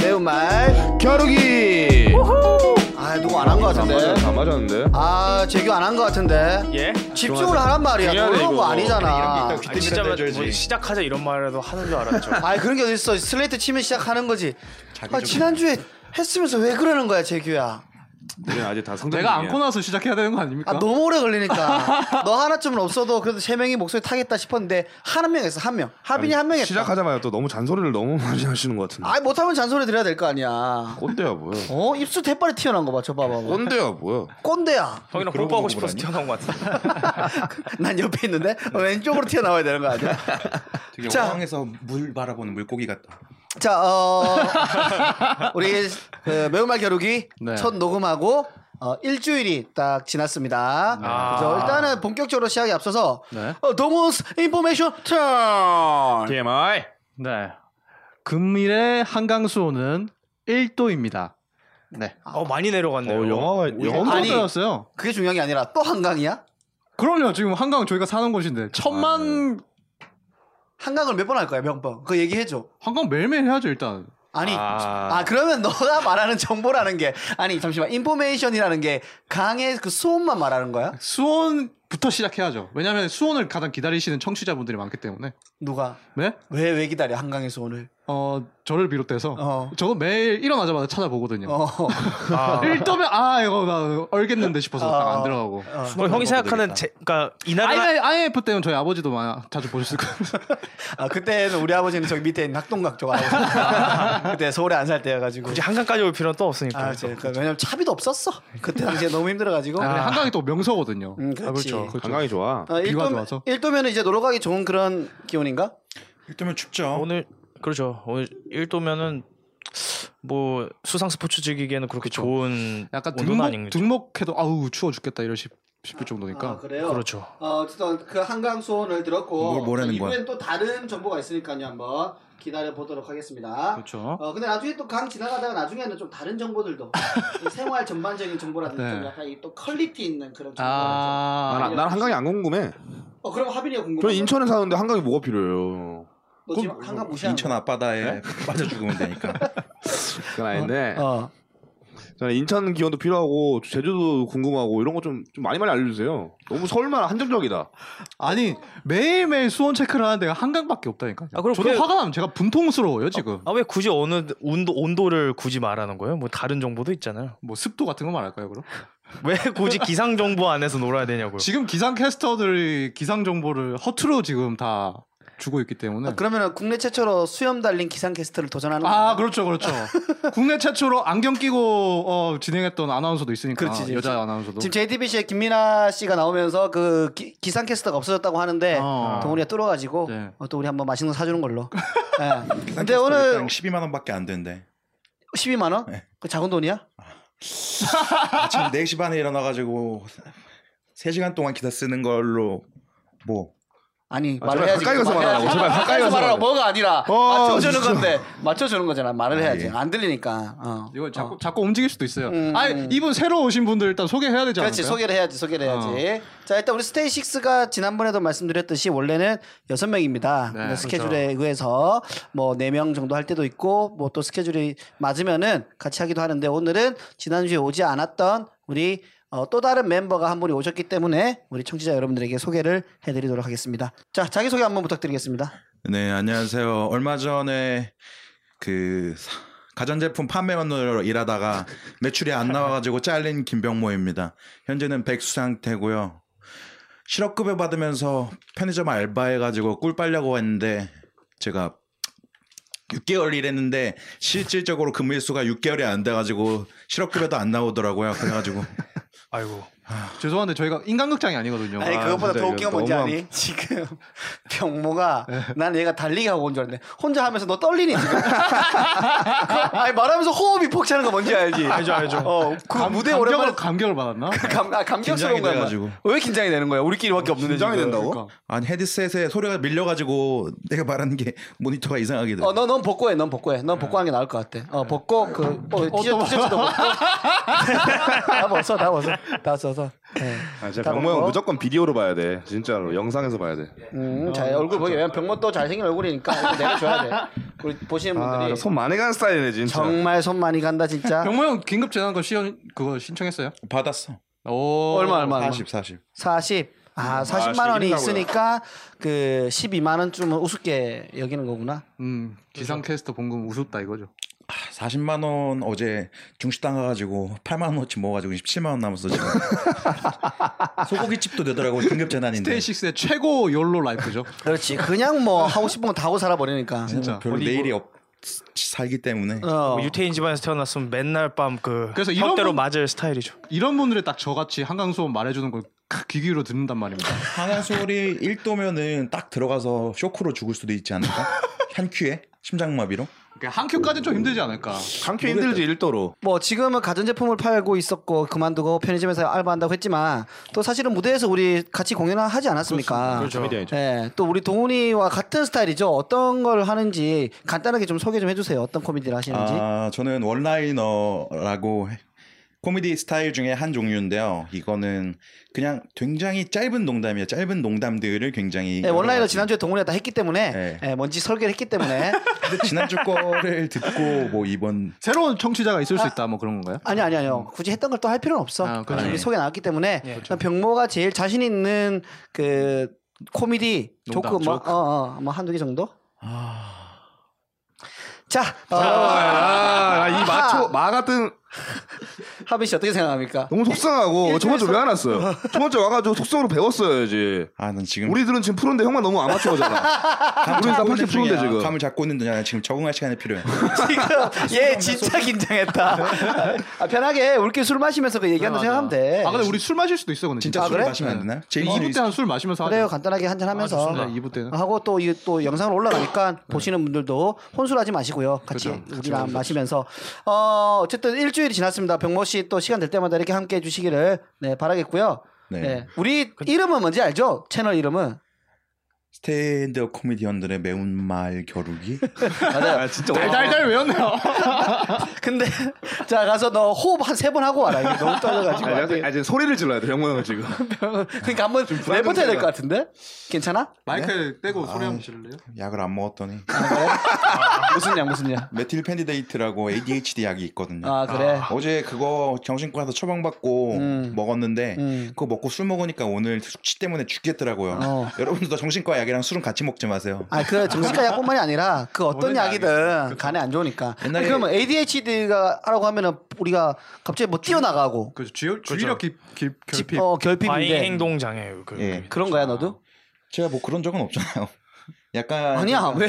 어려운 말 겨루기. 아 누구 안 한 것 다 맞아, 같은데 네. 다 맞았는데. 아 재규 안 한 것 같은데 예? 집중을 하란 말이야 중요하네, 그런 거 이거. 아니잖아 아, 진짜 뭐 시작하자 이런 말이라도 하는 줄 알았죠. 아 그런 게 어딨어 슬레이트 치면 시작하는 거지 아 지난주에 했으면서 왜 그러는 거야 재규야 우리는 아직 다 성장. 내가 안고 중이야. 나서 시작해야 되는 거 아닙니까? 어? 아 너무 오래 걸리니까 너 하나쯤은 없어도 그래도 세 명이 목소리 타겠다 싶었는데 한 명이 있어 한명 하빈이 한 명이 했다 시작하자마자 또 너무 잔소리를 너무 많이 하시는 것 같은데. 아 못하면 잔소리 드려야 될 거 아니야 꼰대야 뭐야. 어 입술 대빨이 튀어나온 거 봐 저 봐봐 봐. 꼰대야 뭐야. 꼰대야 형이랑 뽀뽀하고 싶어서 튀어나온 것 같아. 난 옆에 있는데 왼쪽으로 튀어나와야 되는 거 아니야 되게 자. 황에서 물 바라보는 물고기 같다. 자, 어, 우리 그 매운말 겨루기 네. 첫 녹음하고 어, 일주일이 딱 지났습니다. 아. 아. 아. 그래서 일단은 본격적으로 시작에 앞서서 네. 어, 동호스 인포메이션 턴. TMI. 네. 금일의 한강 수온은 1도입니다. 네. 예. 어 많이 내려갔네요. 어 영화가 영화. 아니. 영도였어요. 그게 중요한 게 아니라 또 한강이야? 그럼요. 지금 한강 저희가 사는 곳인데 아, 네. 천만 한강을 몇 번 할 거야 명번? 그거 얘기해줘. 한강 매일매일 해야죠 일단. 아니, 아... 아. 그러면 너가 말하는 정보라는 게 아니 잠시만 인포메이션이라는 게 강의 그 수온만 말하는 거야? 수온부터 시작해야죠. 왜냐하면 수온을 가장 기다리시는 청취자분들이 많기 때문에. 누가 네? 왜 왜 기다려 한강의 수온을? 어 저를 비롯해서 어. 저도 매일 일어나자마자 찾아보거든요. 어, 1도면 아 이거 나 얼겠는데 싶어서 딱 어. 안 들어가고. 어. 어, 형이 생각하는 제, 그러니까 이날은 아이, IF 때문에 저희 아버지도 많이 자주 보셨을 거예요. 아 그때는 우리 아버지는 저기 밑에 있는 학동각 쪽 아버지. 그때 서울에 안 살 때여가지고. 굳이 한강까지 올 필요는 또 없으니까. 아 그러니까 왜냐면 차비도 없었어. 그때 당시에 너무 힘들어가지고. 아, 한강이 또 명소거든요. 음, 그렇지. 아, 그렇죠. 건강이 좋아. 아, 비가 일도면- 좋아서. 일도면은 이제 놀러 가기 좋은 그런 기온인가? 일단은 춥죠. 오늘 그렇죠. 오늘 1도면은 뭐 수상 스포츠 즐기기에는 그렇게 좋은 약간 온도는 뭐, 아닌 등목, 거죠. 등목해도 아우 추워 죽겠다 이러 싶, 싶을 정도니까 아, 그래요. 그렇죠. 어, 어쨌든 그 한강 소원을 들었고 뭘- 뭐라는 거야? 이번엔 또 다른 정보가 있으니까요 한번 기다려 보도록 하겠습니다. 그렇죠. 어 근데 나중에 또 강 지나가다가 나중에는 좀 다른 정보들도 이 생활 전반적인 정보라든지 좀 네. 약간 이또 퀄리티 있는 그런 정보를 아, 난, 난 한강이 안 궁금해. 어 그럼 하빈이가 궁금해. 저 인천에 그 사는데 한강이 뭐가 필요해요? 너 지금 한강 무시하는 인천 앞바다에 빠져 죽으면 되니까. 그건 아닌데. 어. 저는 인천 기원도 필요하고 제주도 궁금하고 이런 거 좀 좀 많이 많이 알려주세요. 너무 서울만 한정적이다. 아니 매일매일 수온 체크를 하는 데가 한강밖에 없다니까. 아, 그럼 저도 그게- 화가 나면 제가 분통스러워요 지금. 아 왜 굳이 어느 온도 온도를 굳이 말하는 거예요? 뭐 다른 정보도 있잖아요. 뭐 습도 같은 거 말할까요 그럼? 왜 굳이 기상 정보 안에서 놀아야 되냐고요. 지금 기상 캐스터들이 기상 정보를 허투루 지금 다 주고 있기 네. 때문에. 아, 그러면 국내 최초로 수염 달린 기상 캐스트를 도전하는 그렇죠 그렇죠. 국내 최초로 안경 끼고 어, 진행했던 아나운서도 있으니까 그렇지, 그렇지. 여자 아나운서도. 지금 JTBC의 김민아 씨가 나오면서 그 기, 기상 캐스터가 없어졌다고 하는데 아, 어. 동훈이가 뚫어가지고 네. 어, 또 우리 한번 맛있는 거 사주는 걸로. 예. 근데 딴 오늘 일단 12만 원밖에 안 된대. 12만 원? 그 작은 돈이야? 아침 4시 반에 일어나가지고 3시간 동안 기사 쓰는 걸로 뭐 아니 아, 말을 제발 해야지. 가까이 가서 말을 말하라고. 해야지. 제발 가까이 가서 말하라고. 말하라고. 뭐가 아니라 어, 맞춰주는 진짜. 건데 맞춰주는 거잖아. 말을 해야지. 예. 안 들리니까. 어. 이거 자꾸 어. 자꾸 움직일 수도 있어요. 음, 아 음. 이분 새로 오신 분들 일단 소개해야 되지 않을까요? 어. 그렇지 소개를 해야지 소개를 해야지. 자 일단 우리 스테이 식스가 지난번에도 말씀드렸듯이 원래는 여섯 명입니다. 네, 근데 스케줄에 의해서 뭐 네 명 정도 할 때도 있고 뭐 또 스케줄이 맞으면은 같이 하기도 하는데 오늘은 지난주에 오지 않았던 우리 어, 또 다른 멤버가 한 분이 오셨기 때문에 우리 청취자 여러분들에게 소개를 해드리도록 하겠습니다. 자 자기 소개 한번 부탁드리겠습니다. 네, 안녕하세요. 얼마 전에 그 사- 가전제품 판매원으로 일하다가 매출이 안 나와가지고 잘린 김병모입니다. 현재는 백수 상태고요. 실업급여 받으면서 편의점 알바해가지고 꿀 빨려고 했는데 제가 6개월 일했는데 실질적으로 근무일수가 6개월이 안 돼가지고 실업급여도 안 나오더라고요. 그래가지고 아이고. 죄송한데 저희가 인간극장이 아니거든요. 아니 아, 그것보다 진짜 더 웃긴 건 뭔지 이거 너무 네. 아니? 지금 병모가 난 얘가 달리기 하고 온 줄 알았는데 혼자 하면서 너 떨리니 지금? 아니 말하면서 호흡이 폭차는 거 뭔지 알지? 알죠 알죠. 어그 아, 무대 감격을- 오랜만에 감격을 받았나? 감, 아, 감격스러운 긴장이 거야. 돼가지고. 뭐야. 왜 긴장이 되는 거야? 우리끼리밖에 없는데 긴장이 지금. 된다고? 그러니까. 아니 헤드셋에 소리가 밀려가지고 내가 말하는 게 모니터가 이상하게 돼. 어, 너, 넌 벗고 해, 넌 벗고 해. 넌 벗고 하는 게 나을 것 네. 같아. 어, 벗고, 그, 어, 티셔츠, 티셔츠도 벗고. 다 벗어, 다 벗어. 다 벗어. 그래서. 네. 아, 진짜 따로 병모 형 거? 무조건 비디오로 봐야 돼. 진짜로 영상에서 봐야 돼. 음, 자 아, 얼굴 보기 왜냐면 병모 또 잘생긴 얼굴이니까 이거 내려줘야 돼. 우리 보시는 아, 분들이 나손 많이 가는 스타일이네 진짜. 정말 손 많이 간다 진짜. 병모 형 긴급 재난 거 시연 그거 신청했어요? 받았어. 오 얼마 얼마 얼마? 40, 40. 40. 아, 40만 원이 있으니까 그 12만 원쯤은 우습게 여기는 거구나. 음 기상 캐스터 봉금 우습다 이거죠. 네. 아, 40만 원 어제 중식당 가가지고 8만 원어치 먹어가지고 17만 원 남았어 지금. 소고기 집도 되더라고 긴급 재난인데. 스테이식스의 최고 욜로 라이프죠. 그렇지. 그냥 뭐 하고 싶은 거 다 하고 살아 버리니까. 진짜. 뭐 별 내일이 없 살기 때문에. 뭐 어. 뭐 유태인 집안에서 태어났으면 맨날 밤그 그래서 이런 형대로 분- 맞을 스타일이죠. 이런 분들이 딱 저같이 한강 수원 말해주는 걸 귀 기울여 듣는단 말입니다. 하나 소리 1도면은 딱 들어가서 쇼크로 죽을 수도 있지 않을까? 한 큐에 심장마비로. 그러니까 한 큐까지는 좀 힘들지 않을까. 상쾌 힘들지 일도로. 뭐 지금은 가전제품을 팔고 있었고 그만두고 편의점에서 알바한다고 했지만 또 사실은 무대에서 우리 같이 공연을 하지 아, 않았습니까? 그렇죠. 코미디언이죠. 예, 또 우리 동훈이와 같은 스타일이죠. 어떤 걸 하는지 간단하게 좀 소개 좀 해주세요. 어떤 코미디를 하시는지. 아, 저는 원라이너라고 해- 코미디 스타일 중에 한 종류인데요. 이거는 그냥 굉장히 짧은 농담이에요. 짧은 농담들을 굉장히 예, 원라인을 여러 가지- 지난주에 동훈이가 다 했기 때문에 네. 예, 뭔지 설계를 했기 때문에 근데 지난주 거를 듣고 뭐 이번 새로운 청취자가 있을 수 있다 뭐 그런 건가요? 아니 아니 아니요. 굳이 했던 걸 또 할 필요는 없어. 음. 아, 그렇죠. 이미 네. 소개 나왔기 때문에 난 병모가 제일 자신 있는 그 코미디 농담, 아. 조크 뭐, 조크. 어, 어, 뭐 한두 개 정도? 자, 어, 아, 아, 이 마초 마 같은 하빈 씨 어떻게 생각합니까? 너무 속상하고 저번 주왜 안 왔어요? 저번 주 와가지고 속성으로 배웠어야지. 아, 난 지금 우리들은 지금 푸른데 형만 너무 아마추어잖아. 감 우리는 다 잡고 있는 80 프로인데 중이야. 지금. 감을 잡고 있는 중이야. 지금 적응할 시간이 필요해. 지금 얘 예, 진짜 긴장했다. 아, 편하게 우리끼리 술 마시면서 그 얘기한다 네. 맞아. 생각하면 돼. 아 근데 우리 술 마실 수도 있어 근데 진짜 아, 술 그래? 마시면 안 되나요? 제일 2부 때 한 술 마시면서 그래요. 하자. 간단하게 한잔 하면서 아, 좋습니다. 2부 때는. 하고 또 이 또 영상을 네. 올라가니까 보시는 분들도 혼술하지 마시고요. 같이 우리랑 마시면서 어 어쨌든 일주일이 지났습니다. 병모 씨 또 시간 될 때마다 이렇게 함께 해주시기를 네 바라겠고요. 네. 네. 우리 이름은 뭔지 알죠? 채널 이름은 스탠드업 코미디언들의 매운말 겨루기. 아, 진짜 달달달 외웠네요. 근데 자 가서 너 호흡 한 세 번 하고 와라. 이게 너무 떨려가지고. 아, 내가- 아, 이제 소리를 질러야 돼 병모 형은 지금. 그러니까 한번 랩부터 해야 될 것 같은데 괜찮아? 네? 마이크 떼고 아. 소리 한번 질래요? 약을 안 먹었더니 무슨 약 무슨 약? 메틸 펜디데이트라고 ADHD 약이 있거든요. 아 그래. 어제 그거 정신과에서 처방받고 음. 먹었는데 음. 그거 먹고 술 먹으니까 오늘 숙취 때문에 죽겠더라고요. 어. 여러분들도 정신과 약이랑 술은 같이 먹지 마세요. 아, 그 정신과 약뿐만이 아니라 그 어떤 모든 약이든 간에 안 좋으니까. 옛날에- 그러면 ADHD가 하라고 하면은 우리가 갑자기 뭐 뛰어나가고 그 주의, 주의력 기, 기, 결핍. 집- 어, 과잉 결핍인데 행동 장애예요. 그. 예. 그런 거야 너도? 제가 뭐 그런 적은 없잖아요. 약간 아니야 왜? 왜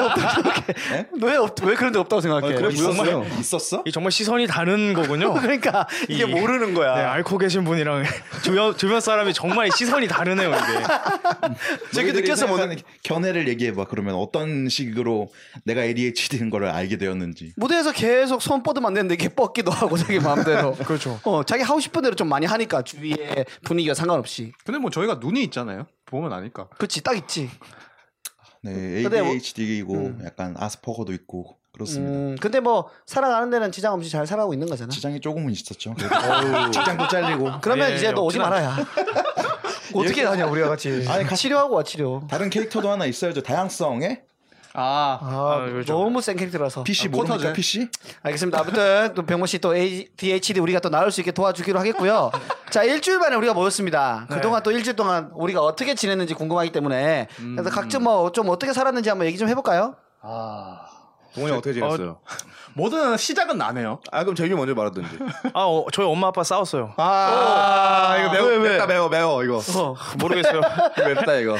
없다고 생각해? 왜, 없, 왜 그런 적 없다고 생각해? 그래 보였어요. 있었어? 이 정말 시선이 다른 거군요. 네. 그러니까 이게 이- 모르는 거야. 네, 앓고 계신 분이랑 주변 주변 사람이 정말 시선이 다르네요, 이게. 저렇게 너희들이 느껴서 생각하는 견해를 얘기해 봐. 그러면 어떤 식으로 내가 ADHD인 걸 알게 되었는지. 무대에서 계속 손 뻗으면 안 되는데 이렇게 뻗기도 하고 자기 마음대로. 그렇죠. 어, 자기 하고 싶은 대로 좀 많이 하니까 주위의 분위기가 상관없이. 근데 뭐 저희가 눈이 있잖아요. 보면 아니까. 그렇지 딱 있지. 네, 근데 뭐- ADHD이고 약간 아스퍼거도 있고 그렇습니다. 음, 근데 뭐 살아가는 데는 지장 없이 잘 살아가고 있는 거잖아. 지장이 조금은 있었죠. 그래도 직장도 잘리고 그러면 예, 이제 너 오지 없진 말아야. 어떻게 하냐 우리가 같이. 아니, 같이- 치료하고 와 치료. 다른 캐릭터도 하나 있어야죠. 다양성에 아 아, 아, 그렇죠. 너무 센 캐릭터라서. PC 아, 모릅니까? 포터제? PC? 알겠습니다. 아무튼 또 병모 씨또 ADHD 우리가 또 나올 수 있게 도와주기로 하겠고요. 자 일주일 만에 우리가 모였습니다. 그동안 또 일주일 동안 우리가 어떻게 지냈는지 궁금하기 때문에 그래서 각자 뭐 좀 어떻게 살았는지 한번 얘기 좀 해볼까요? 동훈이 형 어떻게 지냈어요? 뭐든 시작은 나네요. 아 그럼 재규 먼저 말하든지. 아, 어, 저희 엄마 아빠 싸웠어요. 아 이거 매워 맵다 매워 매워 이거. 모르겠어요. 맵다 이거.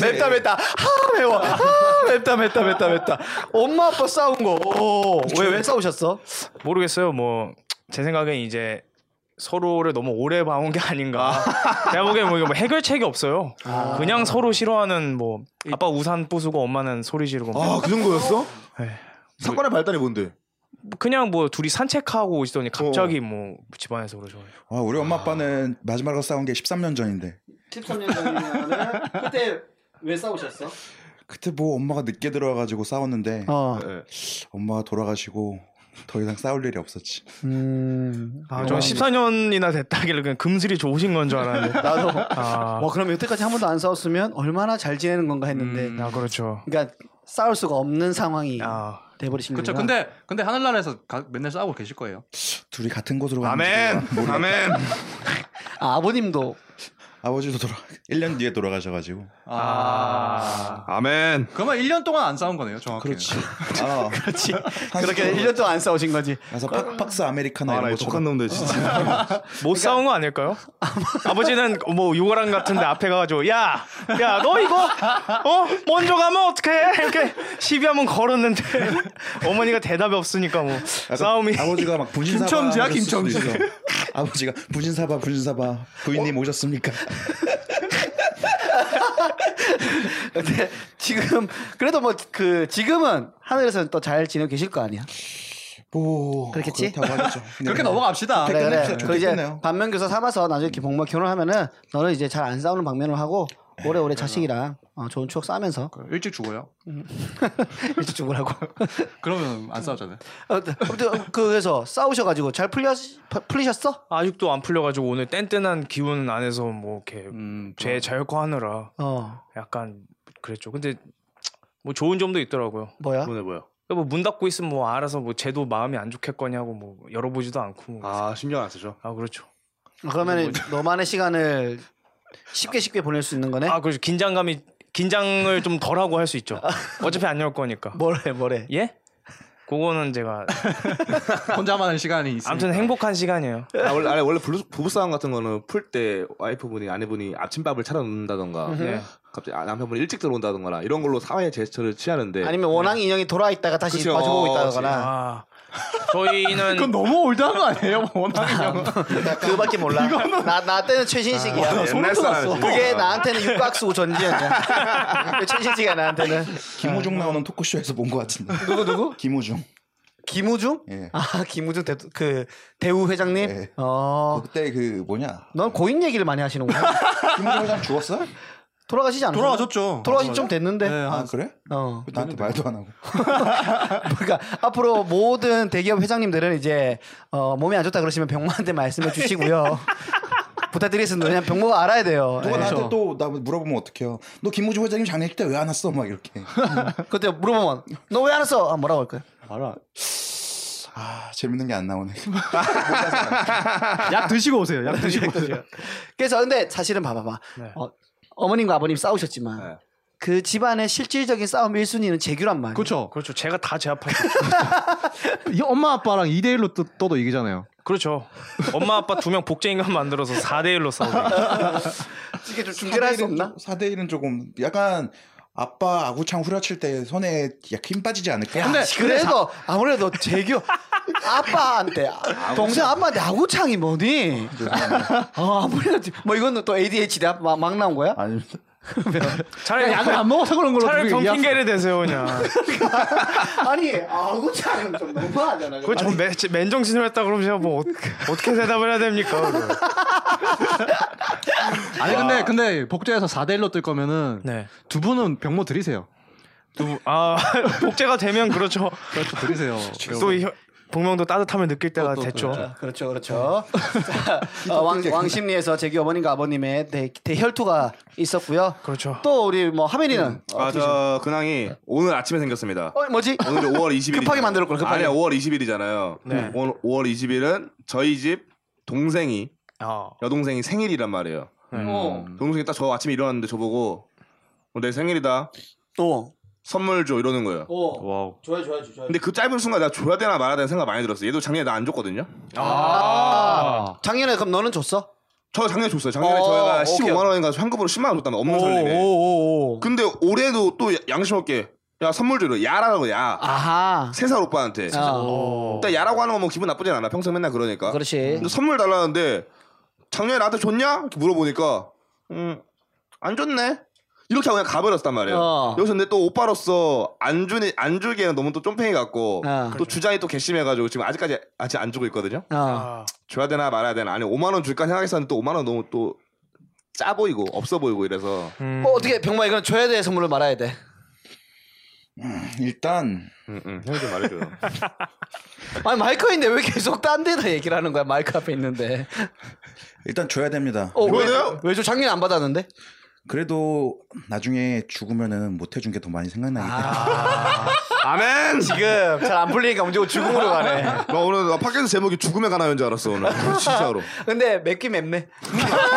맵다 맵다. 하 매워. 하 맵다 맵다 맵다 맵다. 엄마 아빠 싸운 거. 왜왜 싸우셨어? 모르겠어요. 뭐 제 생각엔 이제 서로를 너무 오래 봐온 게 아닌가. 제가 보기엔 뭐, 이거 뭐 해결책이 없어요. 그냥 서로 싫어하는 뭐 아빠 우산 부수고 엄마는 소리 지르고 뭐. 아그 정도였어? 네. 사건의 발단이 뭔데? 그냥 뭐 둘이 산책하고 오시더니 갑자기 뭐 집안에서 그러죠. 아, 우리 엄마 아빠는 마지막으로 싸운 게 13년 전인데 13년 전이면 그때 왜 싸우셨어? 그때 뭐 엄마가 늦게 들어와가지고 싸웠는데 어. 네. 엄마가 돌아가시고 더 이상 싸울 일이 없었지. 음. 아, 저 14년이나 됐다길래 그냥 금슬이 좋으신 건 줄 알았는데. 나도. 아, 와뭐 그럼 여태까지 한 번도 안 싸웠으면 얼마나 잘 지내는 건가 했는데 음, 아 그렇죠. 그러니까 싸울 수가 없는 상황이 아, 돼버리신 거죠. 그렇죠. 근데 근데 하늘나라에서 가- 맨날 싸우고 계실 거예요. 둘이 같은 곳으로 가는 아멘. 줄은 모르- 아멘. 아, 버님도 아버지도 돌아 1년 뒤에 돌아가셔가지고. 아. 아멘. 그러면 1년 동안 안 싸운 거네요, 정확히. 그렇지. 아, 그렇지. 한 그렇게 스푼. 1년 동안 안 싸우신 거지. 그래서 팍팍스 아메리카노 아나 이런 이 것처럼 독한 놈들 진짜. 못 싸운 거 그러니까 아닐까요? 아버지는 뭐 요거랑 같은데 앞에 가가지고 야, 야, 너 이거 어 먼저 가면 어떡해? 이렇게 시비하면 걸었는데 어머니가 대답이 없으니까 뭐 약간 싸움이 아버지가 막 분신사바 김첨지야, 하셨을 수도 김첨지. 있어. 아버지가 분신사바 분신사바 부인님 오셨습니까? 근데 지금 그래도 뭐 그 지금은 하늘에서는 또 잘 지내고 계실 거 아니야. 오 그렇겠지? 그렇다고 하겠죠. 네. 그렇게 넘어갑시다. 그래 그래. 끝냅시다. 좋게 그 이제 끝내요. 반면교사 삼아서 나중에 복무 결혼하면은 너는 이제 잘 안 싸우는 방면을 하고 오래오래 자식이랑 어, 좋은 추억 쌓으면서 그 일찍 죽어요. 일찍 죽으라고. 그러면 안 싸우잖아요. 아무튼 아무튼 그래서 싸우셔가지고 잘 풀려 풀리셨어? 아직도 안 풀려가지고 오늘 뗀뗀한 기운 안에서 뭐 이렇게 음. 제 자율화하느라 어 약간 그랬죠. 근데 뭐 좋은 점도 있더라고요. 뭐야? 뭐네 뭐야. 뭐 문 닫고 있으면 뭐 알아서 뭐 쟤도 마음이 안 좋겠거냐고 뭐 열어보지도 않고 아, 아 신경 안 쓰죠. 그렇죠. 그러면 너만의 시간을 쉽게 쉽게 보낼 수 있는 거네. 아 그렇죠. 긴장감이 긴장을 좀 덜하고 할 수 있죠. 어차피 안 열 거니까. 뭐래 뭐래. 예? 그거는 제가 혼자만 하는 시간이 있으니까. 아무튼 행복한 시간이에요. 아, 원래 아니, 원래 부부- 부부싸움 같은 거는 풀 때 와이프분이 아내분이 아침밥을 음, 차려놓는다던가 네. 갑자기 아, 남편분이 일찍 들어온다던가 이런 걸로 사회의 제스처를 취하는데 아니면 원앙 인형이 돌아 있다가 다시 예. 그쵸. 마주보고 있다거나 아 저희는 그건 너무 올드한 거 아니에요? 뭐 워낙 형. 그거밖에 몰라. 나, 나 때는 최신식이야. 옛날 사람이지. 그게 나한테는 육각수 전지현이야. 그 최신식이야 나한테는. 네. 김우중 나오는 토크쇼에서 본 것 같은데. 아, 어. 누구 누구? 김우중. 김우중? 예. 아 김우중 대, 그 대우 회장님. 예. 어. 그때 그 뭐냐? 넌 고인 얘기를 많이 하시는구나. 김우중 회장 죽었어? 돌아가시지 않았어? 돌아가셨죠. 돌아가신 좀 됐는데. 네, 아 한 그래? 어. 나한테 말도 안 하고. 그러니까 앞으로 모든 대기업 회장님들은 이제 어, 몸이 안 좋다 그러시면 병모한테 말씀해 주시고요. 부탁드리겠습니다. 왜냐면 병모가 알아야 돼요. 누가 예. 나한테 또 나 물어보면 어떡해요? 너 김우중 회장님 장례식 때 왜 안 왔어? 막 이렇게. 그때 물어보면 너 왜 안 왔어? 아, 뭐라고 할까요? 알아. 아 재밌는 게 안 나오네. 약 드시고 오세요. 약 드시고 오세요. 그렇죠. 그래서 근데 사실은 봐봐봐. 네. 어, 어머님과 아버님 싸우셨지만 그 집안의 실질적인 싸움 1순위는 재규란 말이에요. 그렇죠. 그렇죠. 제가 다 제압할 수 이 엄마 아빠랑 2대 1로 또, 떠도 이기잖아요. 그렇죠. 엄마 아빠 두 명 복제인간 만들어서 4대 1로 싸우고. 이게 좀 중재할 수 없나? 4대 1은 조금 약간 아빠 아구창 후려칠 때 손에 약 힘 빠지지 않을까? 근데 그래도 아무래도 재규 아빠한테 동생 아빠한테 아구창이 뭐니? 아, 아무래도 뭐 이건 또 ADHD 막, 막 나온 거야? 아닙니다. 차라리 약을 안 먹어서 그런 걸로 차라리 둘이 경 이해할 수- 핑계를 대세요 그냥. 아니 아구창은 좀 너무하잖아. 그걸 좀 맨- 맨정신으로 했다 그러면 제가 뭐 어, 떻게 대답을 해야 됩니까? 그걸. 아니 근데 근데 복제해서 4대 1로 뜰 거면은 네. 두 분은 병모 드리세요. 두, 아 복제가 되면 그렇죠. 그렇죠. 드리세요. 또 이 혀- 복명도 따뜻함을 느낄 때가 또, 또, 됐죠. 아, 그렇죠, 그렇죠. 자, 어, 왕, 왕심리에서 재규 어머님과 아버님의 대, 대혈투가 있었고요. 그렇죠. 또 우리 뭐 하민이는 아 저 근황이 오늘 아침에 생겼습니다. 어 뭐지? 오늘 5월 20일 이잖아요. 급하게 만들었구나, 급하게. 네. 아니야 5월 20일이잖아요. 음. 오늘 5월 20일은 저희 집 동생이 아, 여동생이 생일이란 말이에요. 어. 동생이 딱 저 아침에 일어났는데 저 보고 어, 내 생일이다 또. 선물 줘 이러는 거예요. 어. 와우. 좋아요, 좋아요, 좋아요. 근데 그 짧은 순간 내가 줘야 되나 말아야 되나 생각 많이 들었어요. 얘도 작년에 나 안 줬거든요. 아. 아, 작년에 그럼 너는 줬어? 저 작년에 줬어요. 작년에 어, 저희가 오케이. 어, 15만 원인가 현금으로 10만 원 줬다면 없는 설레네. 오오오. 근데 올해도 또 야- 양심 없게 야 선물 줘요. 야라고 야. 아하. 세살 오빠한테. 아, 어, 일단 야라고 하는 건 뭐 기분 나쁘진 않아. 평생 맨날 그러니까. 그렇지. 근데 선물 달라는데 작년에 나한테 줬냐? 이렇게 물어보니까 음, 안 줬네. 이렇게 하고 그냥 가버렸단 말이에요. 어. 여기서 근데 또 오빠로서 안 주니 안 주기에는 너무 또 쫌팽이 같고 어. 아. 그렇죠. 또 주장이 또 괘씸해가지고 지금 아직까지 아직 안 주고 있거든요. 어. 아, 줘야 되나 말아야 되나 아니 5만 원 줄까 생각했었는데 또 5만 원 너무 또 짜 보이고 없어 보이고 이래서 음. 어, 어떻게 병마 이건 줘야 돼 선물을 말아야 돼. 일단 응, 응. 음, 형이 좀 말해줘요. 아니 마이크가 있는데 왜 계속 딴 데다 얘기를 하는 거야 마이크 앞에 있는데 일단 줘야 됩니다. 어, 줘야 왜, 돼요? 왜저 작년 안 받았는데? 그래도 나중에 죽으면은 못 해준 게 더 많이 생각나기 아. 때문에 아멘. 지금 잘 안 풀리니까 문제고 죽음으로 가네 나 오늘 나 팟캐스트 제목이 죽음의 가나인 줄 알았어 오늘. 아, 진짜로. 근데 맵긴 맵네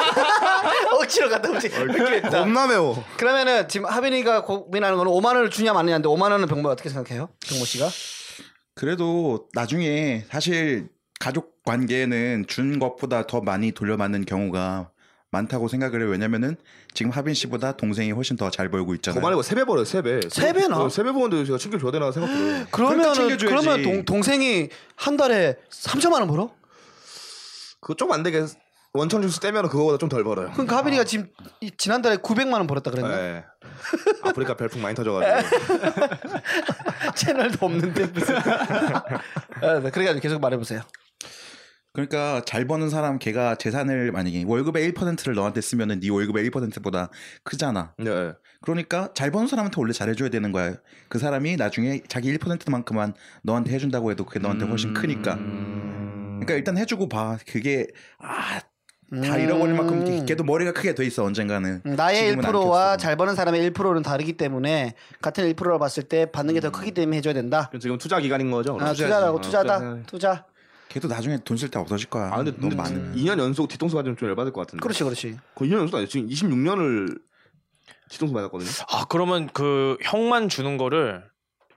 억지로 갔다 오지 어, 맵긴 맵다 겁나 매워. 그러면은 지금 하빈이가 고민하는 거는 5만 원을 주냐 마느냐인데 5만 원은 병모 어떻게 생각해요? 병모 씨가? 그래도 나중에 사실 가족 관계는 준 것보다 더 많이 돌려받는 경우가 많다고 생각을 해요. 왜냐면은 지금 하빈 씨보다 동생이 훨씬 더 잘 벌고 있잖아요. 그 말고 세배 벌어요 세배. 세 배나? 세배 보는데 제가 챙겨줘야 되나 생각해요. 그러니까 그러면은 챙겨줘야지. 그러면 동, 동생이 한 달에 3천만 원 벌어? 그거 좀 안 되게 원천 주스 떼면 그거보다 좀 덜 벌어요. 그러니까 아. 하빈이가 지금 이- 지난달에 900만 원 벌었다 그랬나? 네. 예. 아프리카 별풍 많이 터져가지고. 채널도 없는데 무슨 아, 네, 그래가지고 계속 말해보세요 그러니까 잘 버는 사람 걔가 재산을 만약에 월급의 1%를 너한테 쓰면은 네 월급의 1%보다 크잖아. 네, 예. 그러니까 잘 버는 사람한테 원래 잘해줘야 되는 거야. 그 사람이 나중에 자기 1%만큼만 너한테 해준다고 해도 그게 너한테 훨씬 크니까. 그러니까 일단 해주고 봐. 그게 아, 다 잃어버릴 음. 만큼 걔도 머리가 크게 돼 있어 언젠가는. 음, 나의 지금은 안 1%와 켰어. 잘 버는 사람의 1%는 다르기 때문에 같은 1%를 봤을 때 받는 게 음. 더 크기 때문에 해줘야 된다. 그럼 지금 투자 기간인 거죠? 아, 그렇죠. 그럼? 투자라고 투자해야지. 투자다. 투자. 걔도 나중에 돈 쓸 데 없어질 거야. 아 근데 너무 많은. 2년 연속 뒤통수 맞으면 좀 열받을 것 같은데. 그렇지, 그렇지. 그 2년 연속 아니에요. 지금 26년을 뒤통수 맞았거든요. 아 그러면 그 형만 주는 거를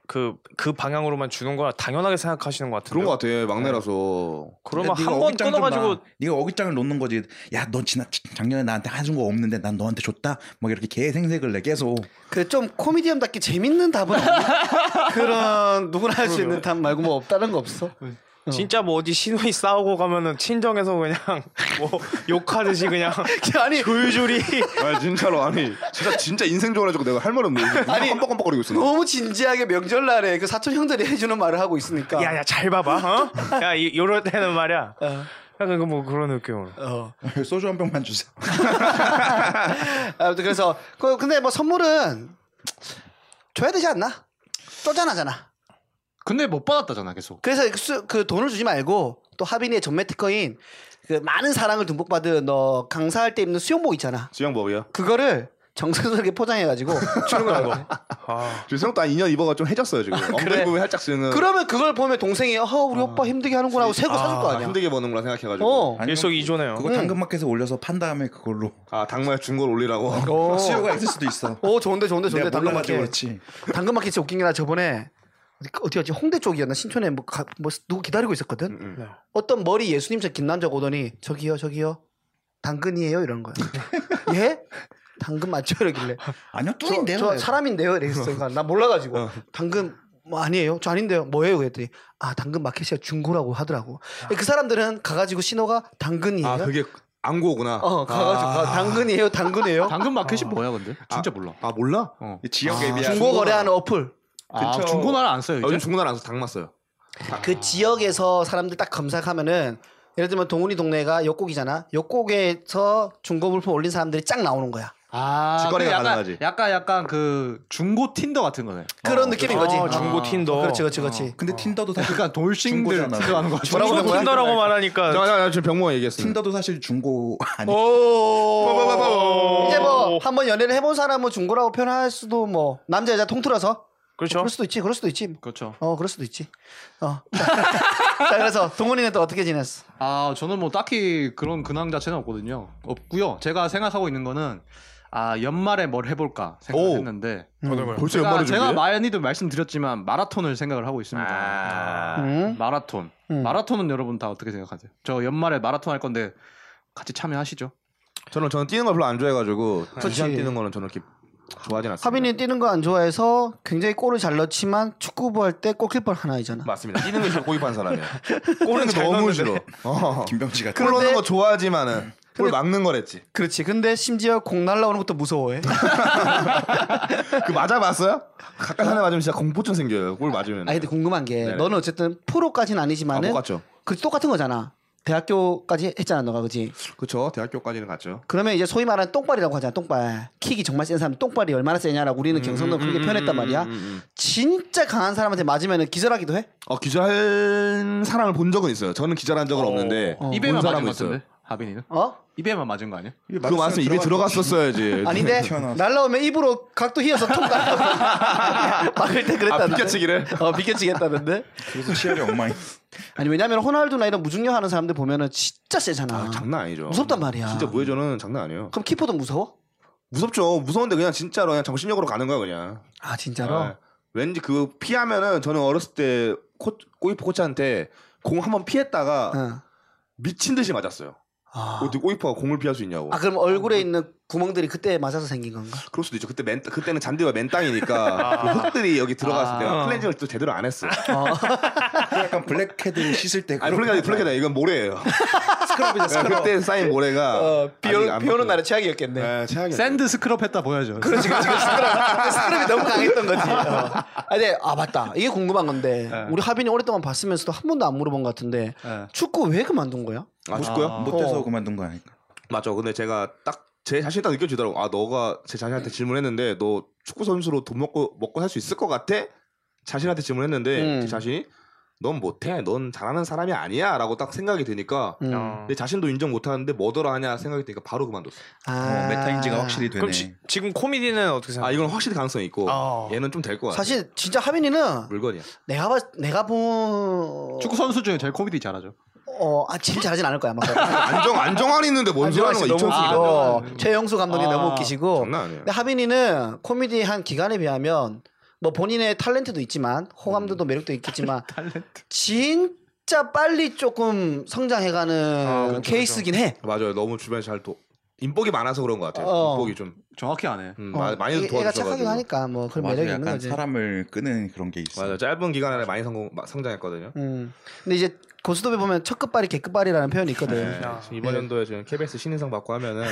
그 그 방향으로만 주는 거라 당연하게 생각하시는 것 같은데. 그런 것 같아 막내라서. 그러면 네가 한 번 어깃장 좀 끊어가지고 놔. 네가 어깃장을 놓는 거지. 야, 넌 지난 작년에 나한테 해준 거 없는데 난 너한테 줬다. 막 이렇게 개생색을 내 계속. 그 좀 코미디언답게 재밌는 답은 없나? 그런 누구나 할 수 있는 답 말고 뭐 없다는 거 없어? 진짜 뭐 어디 시누이 싸우고 가면은 친정에서 그냥 뭐 욕하듯이 그냥 아니 줄줄이 아 진짜로 아니 진짜 진짜 인생 좋아가지고 내가 할 말 없네. 아니 깜빡깜빡거리고 있어. 나. 너무 진지하게 명절날에 그 사촌 형들이 해주는 말을 하고 있으니까. 야야 잘 봐봐 어? 야 이, 요럴 때는 말이야 약간 그 뭐 그런 느낌으로 어. 소주 한 병만 주세요. 아무튼 그래서 그 근데 뭐 선물은 줘야 되지 않나? 쪼잔하잖아. 근데 못 받았다잖아 계속. 그래서 그, 수- 그 돈을 주지 말고 또 하빈이의 전매 특허인 그 많은 사랑을 듬뿍 받은 너 강사할 때 입는 수영복 있잖아. 지영법이야. 그거를 정성스럽게 포장해가지고 주는 거라고. 아 지금 생각도 한 2년 입어가 좀 해졌어요 지금. 엉덩이 부분 살짝 쓰는. 그러면 그걸 보면 동생이 아 우리 오빠 힘들게 하는구나 하고 새거 사줄 거 아, 아니야. 힘들게 버는구나 생각해가지고. 어. 아니면 일석이조네요 그거 당근마켓에 올려서 판 다음에 그걸로 아 당말 중고를 올리라고. 수요가 있을 수도 있어. 오 어, 좋은데 좋은데 좋은데 내가 몰라가지고 당근마켓. 그렇지. 당근마켓이 웃긴 게나 저번에 어디- 어디였지 홍대 쪽이었나 신촌에 뭐, 가, 뭐 누구 기다리고 있었거든. 음. 어떤 머리 예수님처럼 긴 남자가 오더니 저기요 저기요 당근이에요 이런 거야. 예? 당근 맞죠 이러길래. 아니요, 저, 뚱인데요. 저 사람인데요 이랬어. 그러니까 나 몰라가지고 당근 뭐 아니에요. 저 아닌데요. 뭐예요? 그랬더니 아 당근 마켓이야 중고라고 하더라고. 그 사람들은 가가지고 신호가 당근이에요. 아 그게 안고구나. 어 가가지고 아, 당근이에요 당근이에요. 당근 마켓이 어. 뭐야 근데? 진짜 몰라. 아 몰라? 아, 어. 이 지역 앱이야. 아, 중고 거래하는 어플. 아, 근처- 중고나라 안 써요 요즘 이제? 중고나라 안서 당맞어요. 그 지역에서 사람들 딱 검색하면은 예를 들면 동훈이 동네가 역곡이잖아. 역곡에서 중고 물품 올린 사람들이 쫙 나오는 거야. 아, 직거래가 그 약간, 가능하지. 약간 약간 그 중고 틴더 같은 거네. 그런 느낌인 거지. 어, 아, 중고 틴더 그렇지, 그렇지, 그렇지. 근데 어. 틴더도 사실 약간 돌싱들 중고잖아. 들어가는 거 같아. 중고 틴더라고 말하니까 자자자 지금 병모가 얘기했어. 틴더도 사실 중고 아니. 아. 오. 이제 뭐 한번 연애를 해본 사람은 중고라고 표현할 수도 뭐 남자 여자 통틀어서 그렇죠 그럴 수도 있지, 그럴 수도 있지. 그렇죠. 어, 그럴 수도 있지. 어. 자, 그래서 동훈이는 또 어떻게 지냈어? 아, 저는 뭐 딱히 그런 근황 자체는 없거든요. 없고요. 제가 생각하고 있는 거는 아, 연말에 뭘 해볼까 생각했는데 벌써 제가, 연말에 준비해? 제가 아. 많이도 말씀드렸지만 마라톤을 생각을 하고 있습니다. 아. 음? 마라톤. 음. 마라톤은 여러분 다 어떻게 생각하세요? 저 연말에 마라톤 할 건데 같이 참여하시죠. 저는 저는 뛰는 걸 별로 안 좋아해가지고 두 그렇지. 시간 뛰는 거는 저는 이렇게 좋아하진 않습니다. 하빈이 뛰는 거 안 좋아해서 굉장히 골을 잘 넣지만 축구부 할 때 골키퍼 하나이잖아. 맞습니다. 뛰는 게 고집한 사람이야. 골은 너무 싫어. 어. 김병지 같은. 골 넣는 거 좋아하지만은 골 막는 거랬지. 그렇지. 근데 심지어 공 날라오는 것도 무서워해. 그 맞아봤어요? 가까이 하나 맞으면 진짜 공포증 생겨요. 골 맞으면. 아니 근데 궁금한 게 네네. 너는 어쨌든 프로까지는 아, 아니지만은 똑같죠. 그 똑같은 거잖아. 대학교까지 했잖아 너가 그지? 그쵸 대학교까지는 갔죠. 그러면 이제 소위 말하는 똥발이라고 하잖아 똥발. 킥이 정말 센 사람 똥발이 얼마나 세냐라고 우리는 경성도 그렇게 표현했단 말이야. 음, 음, 음. 진짜 강한 사람한테 맞으면 기절하기도 해? 어 기절한 사람을 본 적은 있어요. 저는 기절한 적은 없는데 본 입에만 맞은 사람은 것 있어요. 같은데 하빈이는 어? 입에만 맞은 거 아니야? 그거 맞으면 입에 들어갔었어야지. 아닌데 튀어나왔어. 날라오면 입으로 각도 휘어서 톡 날라. 막을 때 아 그랬다는데. 비껴치기를. 어 비껴치겠다는데. 그래서 치열이 엉망이. 아니 왜냐면 호날두나 이런 무중력 하는 사람들 보면은 진짜 세잖아. 아, 장난 아니죠. 무섭단 말이야. 진짜 무회전은 장난 아니에요. 그럼 키퍼도 무서워? 무섭죠. 무서운데 그냥 진짜로 그냥 정신력으로 가는 거야 그냥. 아 진짜로? 네. 왠지 그거 피하면은 저는 어렸을 때 코, 꼬이프 코치한테 공 한번 피했다가 응. 미친 듯이 맞았어요. 어. 아. 어떻게 꼬이프가 공을 피할 수 있냐고. 아 그럼 어, 얼굴에 있는 구멍들이 그때 맞아서 생긴 건가? 그럴 수도 있죠. 그때 맨, 그때는 잔디가 맨 땅이니까 그 흙들이 여기 들어가서 내가 클렌징을 또 제대로 안 했어. 약간 블랙헤드 씻을 때. 아니 그러니까 그러니까 내가 이건 모래예요. 스크럽이죠 어, 네, 그때 쌓인 모래가 아직 안 바뀌어요. 최악이었겠네. 네, 최악이었네. 샌드 스크럽 했다 보여줘. 그렇지, 그렇지, 그렇지. 스크럽, 스크럽이 너무 강했던 거지. 어. 아, 근데, 아, 맞다. 이게 궁금한 건데, 우리 하빈이 오랫동안 봤으면서도 한 번도 안 물어본 것 같은데, 네. 축구 왜 그만둔 거야? 아 축구요? 아. 어. 못돼서 그만둔 거 아니까. 맞죠. 근데 제가 딱 제 자신이 딱 느껴지더라고. 아 너가 제 자신한테 질문했는데 너 축구 선수로 돈 먹고 먹고 살 수 있을 것 같아? 자신한테 질문했는데 음. 제 자신이 넌 못해. 넌 잘하는 사람이 아니야라고 딱 생각이 드니까 음. 어. 내 자신도 인정 못하는데 뭐더라 하냐 생각이 드니까 바로 그만뒀어. 아, 어, 메타인지가 확실히 되네. 그럼 지, 지금 코미디는 어떻게 아 생각해? 이건 확실히 가능성이 있고 아. 얘는 좀 될 것 음. 같아. 사실, 진짜 하빈이는 물건이야. 내가 봤, 내가 본. 축구 선수 중에 제일 코미디 잘하죠. 어, 아, 제일 잘하진 않을 거야, 아마. 안정 안정환이 있는데 뭔 소리 하는 거야? 너무 이천수 이거 웃기고, 어, 최영수 감독이 아, 너무 웃기시고. 장난 아니에요. 근데 하빈이는 코미디 한 기간에 비하면 뭐 본인의 탤런트도 있지만 호감도도 매력도 있겠지만 진짜 빨리 조금 성장해가는 아, 그렇죠, 케이스긴 해. 맞아요. 너무 주변에 잘 도. 인복이 많아서 그런 것 같아요. 어. 인복이 좀 정확히 안 해. 음, 어, 마- 많이 애- 애가 착하긴 도와주셔가지고. 하니까 뭐 그런 맞아, 매력이 있는 약간 거지. 사람을 끄는 그런 게 있어. 맞아 요 짧은 기간 안에 많이 성공 마- 성장했거든요. 음. 근데 이제 고스톱에 보면 첫 끝발이 개끝발이라는 표현이 있거든. 네, 야. 지금 이번 연도에 지금 KBS 신인상 받고 하면은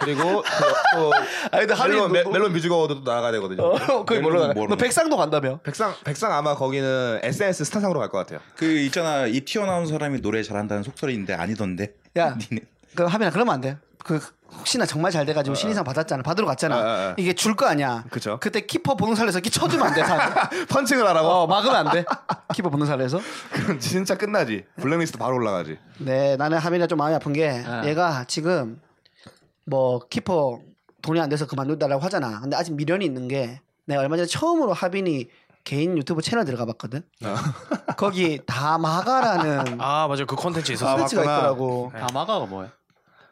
그리고 그, 또 아니 근데 하빈이 멜론, 멜론, 메- 멜론 뮤직 어워드도 나가되거든요. 어, 거기 멜론은 몰라. 너 모르네. 백상도 간다며. 백상 백상 아마 거기는 SNS 스타상으로 갈 것 같아요. 그 있잖아 이 튀어나온 사람이 노래 잘한다는 속설인데 아니던데. 야, 니네. 그 하빈아 그러면 안 돼. 그 혹시나 정말 잘 돼가지고 신인상 받았잖아. 받으러 갔잖아. 아, 아, 아. 이게 줄 거 아니야. 그쵸. 그때 키퍼 보능살에서 이렇게 쳐주면 안 돼. 사람. 펀칭을 하라고. 어 막으면 안 돼. 키퍼 보는 살에서. 그럼 진짜 끝나지. 블랙리스트 바로 올라가지. 네 나는 하민이가 좀 마음이 아픈 게 아. 얘가 지금 뭐 키퍼 돈이 안 돼서 그만둔다라고 하잖아. 근데 아직 미련이 있는 게 내가 얼마 전에 처음으로 하빈이 개인 유튜브 채널 들어가 봤거든. 아. 거기 다 막아라는 아 맞아 그 컨텐츠 있었어. 컨텐츠가 맞구나. 있더라고. 다마가가 뭐야?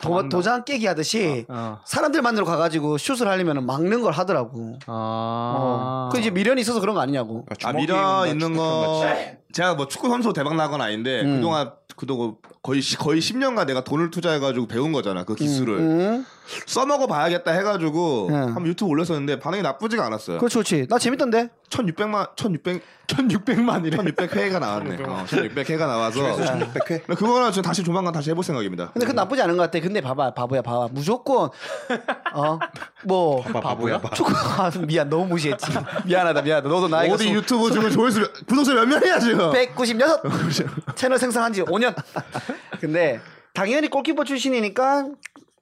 도, 도장 깨기 하듯이 아. 어. 사람들 만으로 가가지고 슛을 하려면 막는 걸 하더라고. 아. 어. 그 이제 미련이 있어서 그런 거 아니냐고. 아 미련 있는 거 제가 뭐 축구 선수 대박 나건 아닌데 음. 그동안 그동안 거의 시- 거의 10년간 내가 돈을 투자해가지고 배운 거잖아 그 기술을 음, 응? 써먹어 봐야겠다 해가지고 예. 응. 한번 유튜브 올렸었는데 반응이 나쁘지가 않았어요. 그렇지 그렇지. 나 재밌던데. 1600만 1600 1600만이래. 1600회가 나왔네. 어, 1600회가 나와서 백회. 근데 그거는 저 다시 조만간 다시 해볼 생각입니다. 근데 그 나쁘지 않은 것 같아. 근데 봐봐, 바보야, 봐봐. 무조건 어, 어뭐 바보야, 축구 아, 미안, 너무 무시했지. 미안하다, 미안하다. 너도 나에게 어디 유튜브 지금 조회수 몇- 구독자 몇 명이야 지금? 196 채널 생성한 지 5년. 근데 당연히 골키퍼 출신이니까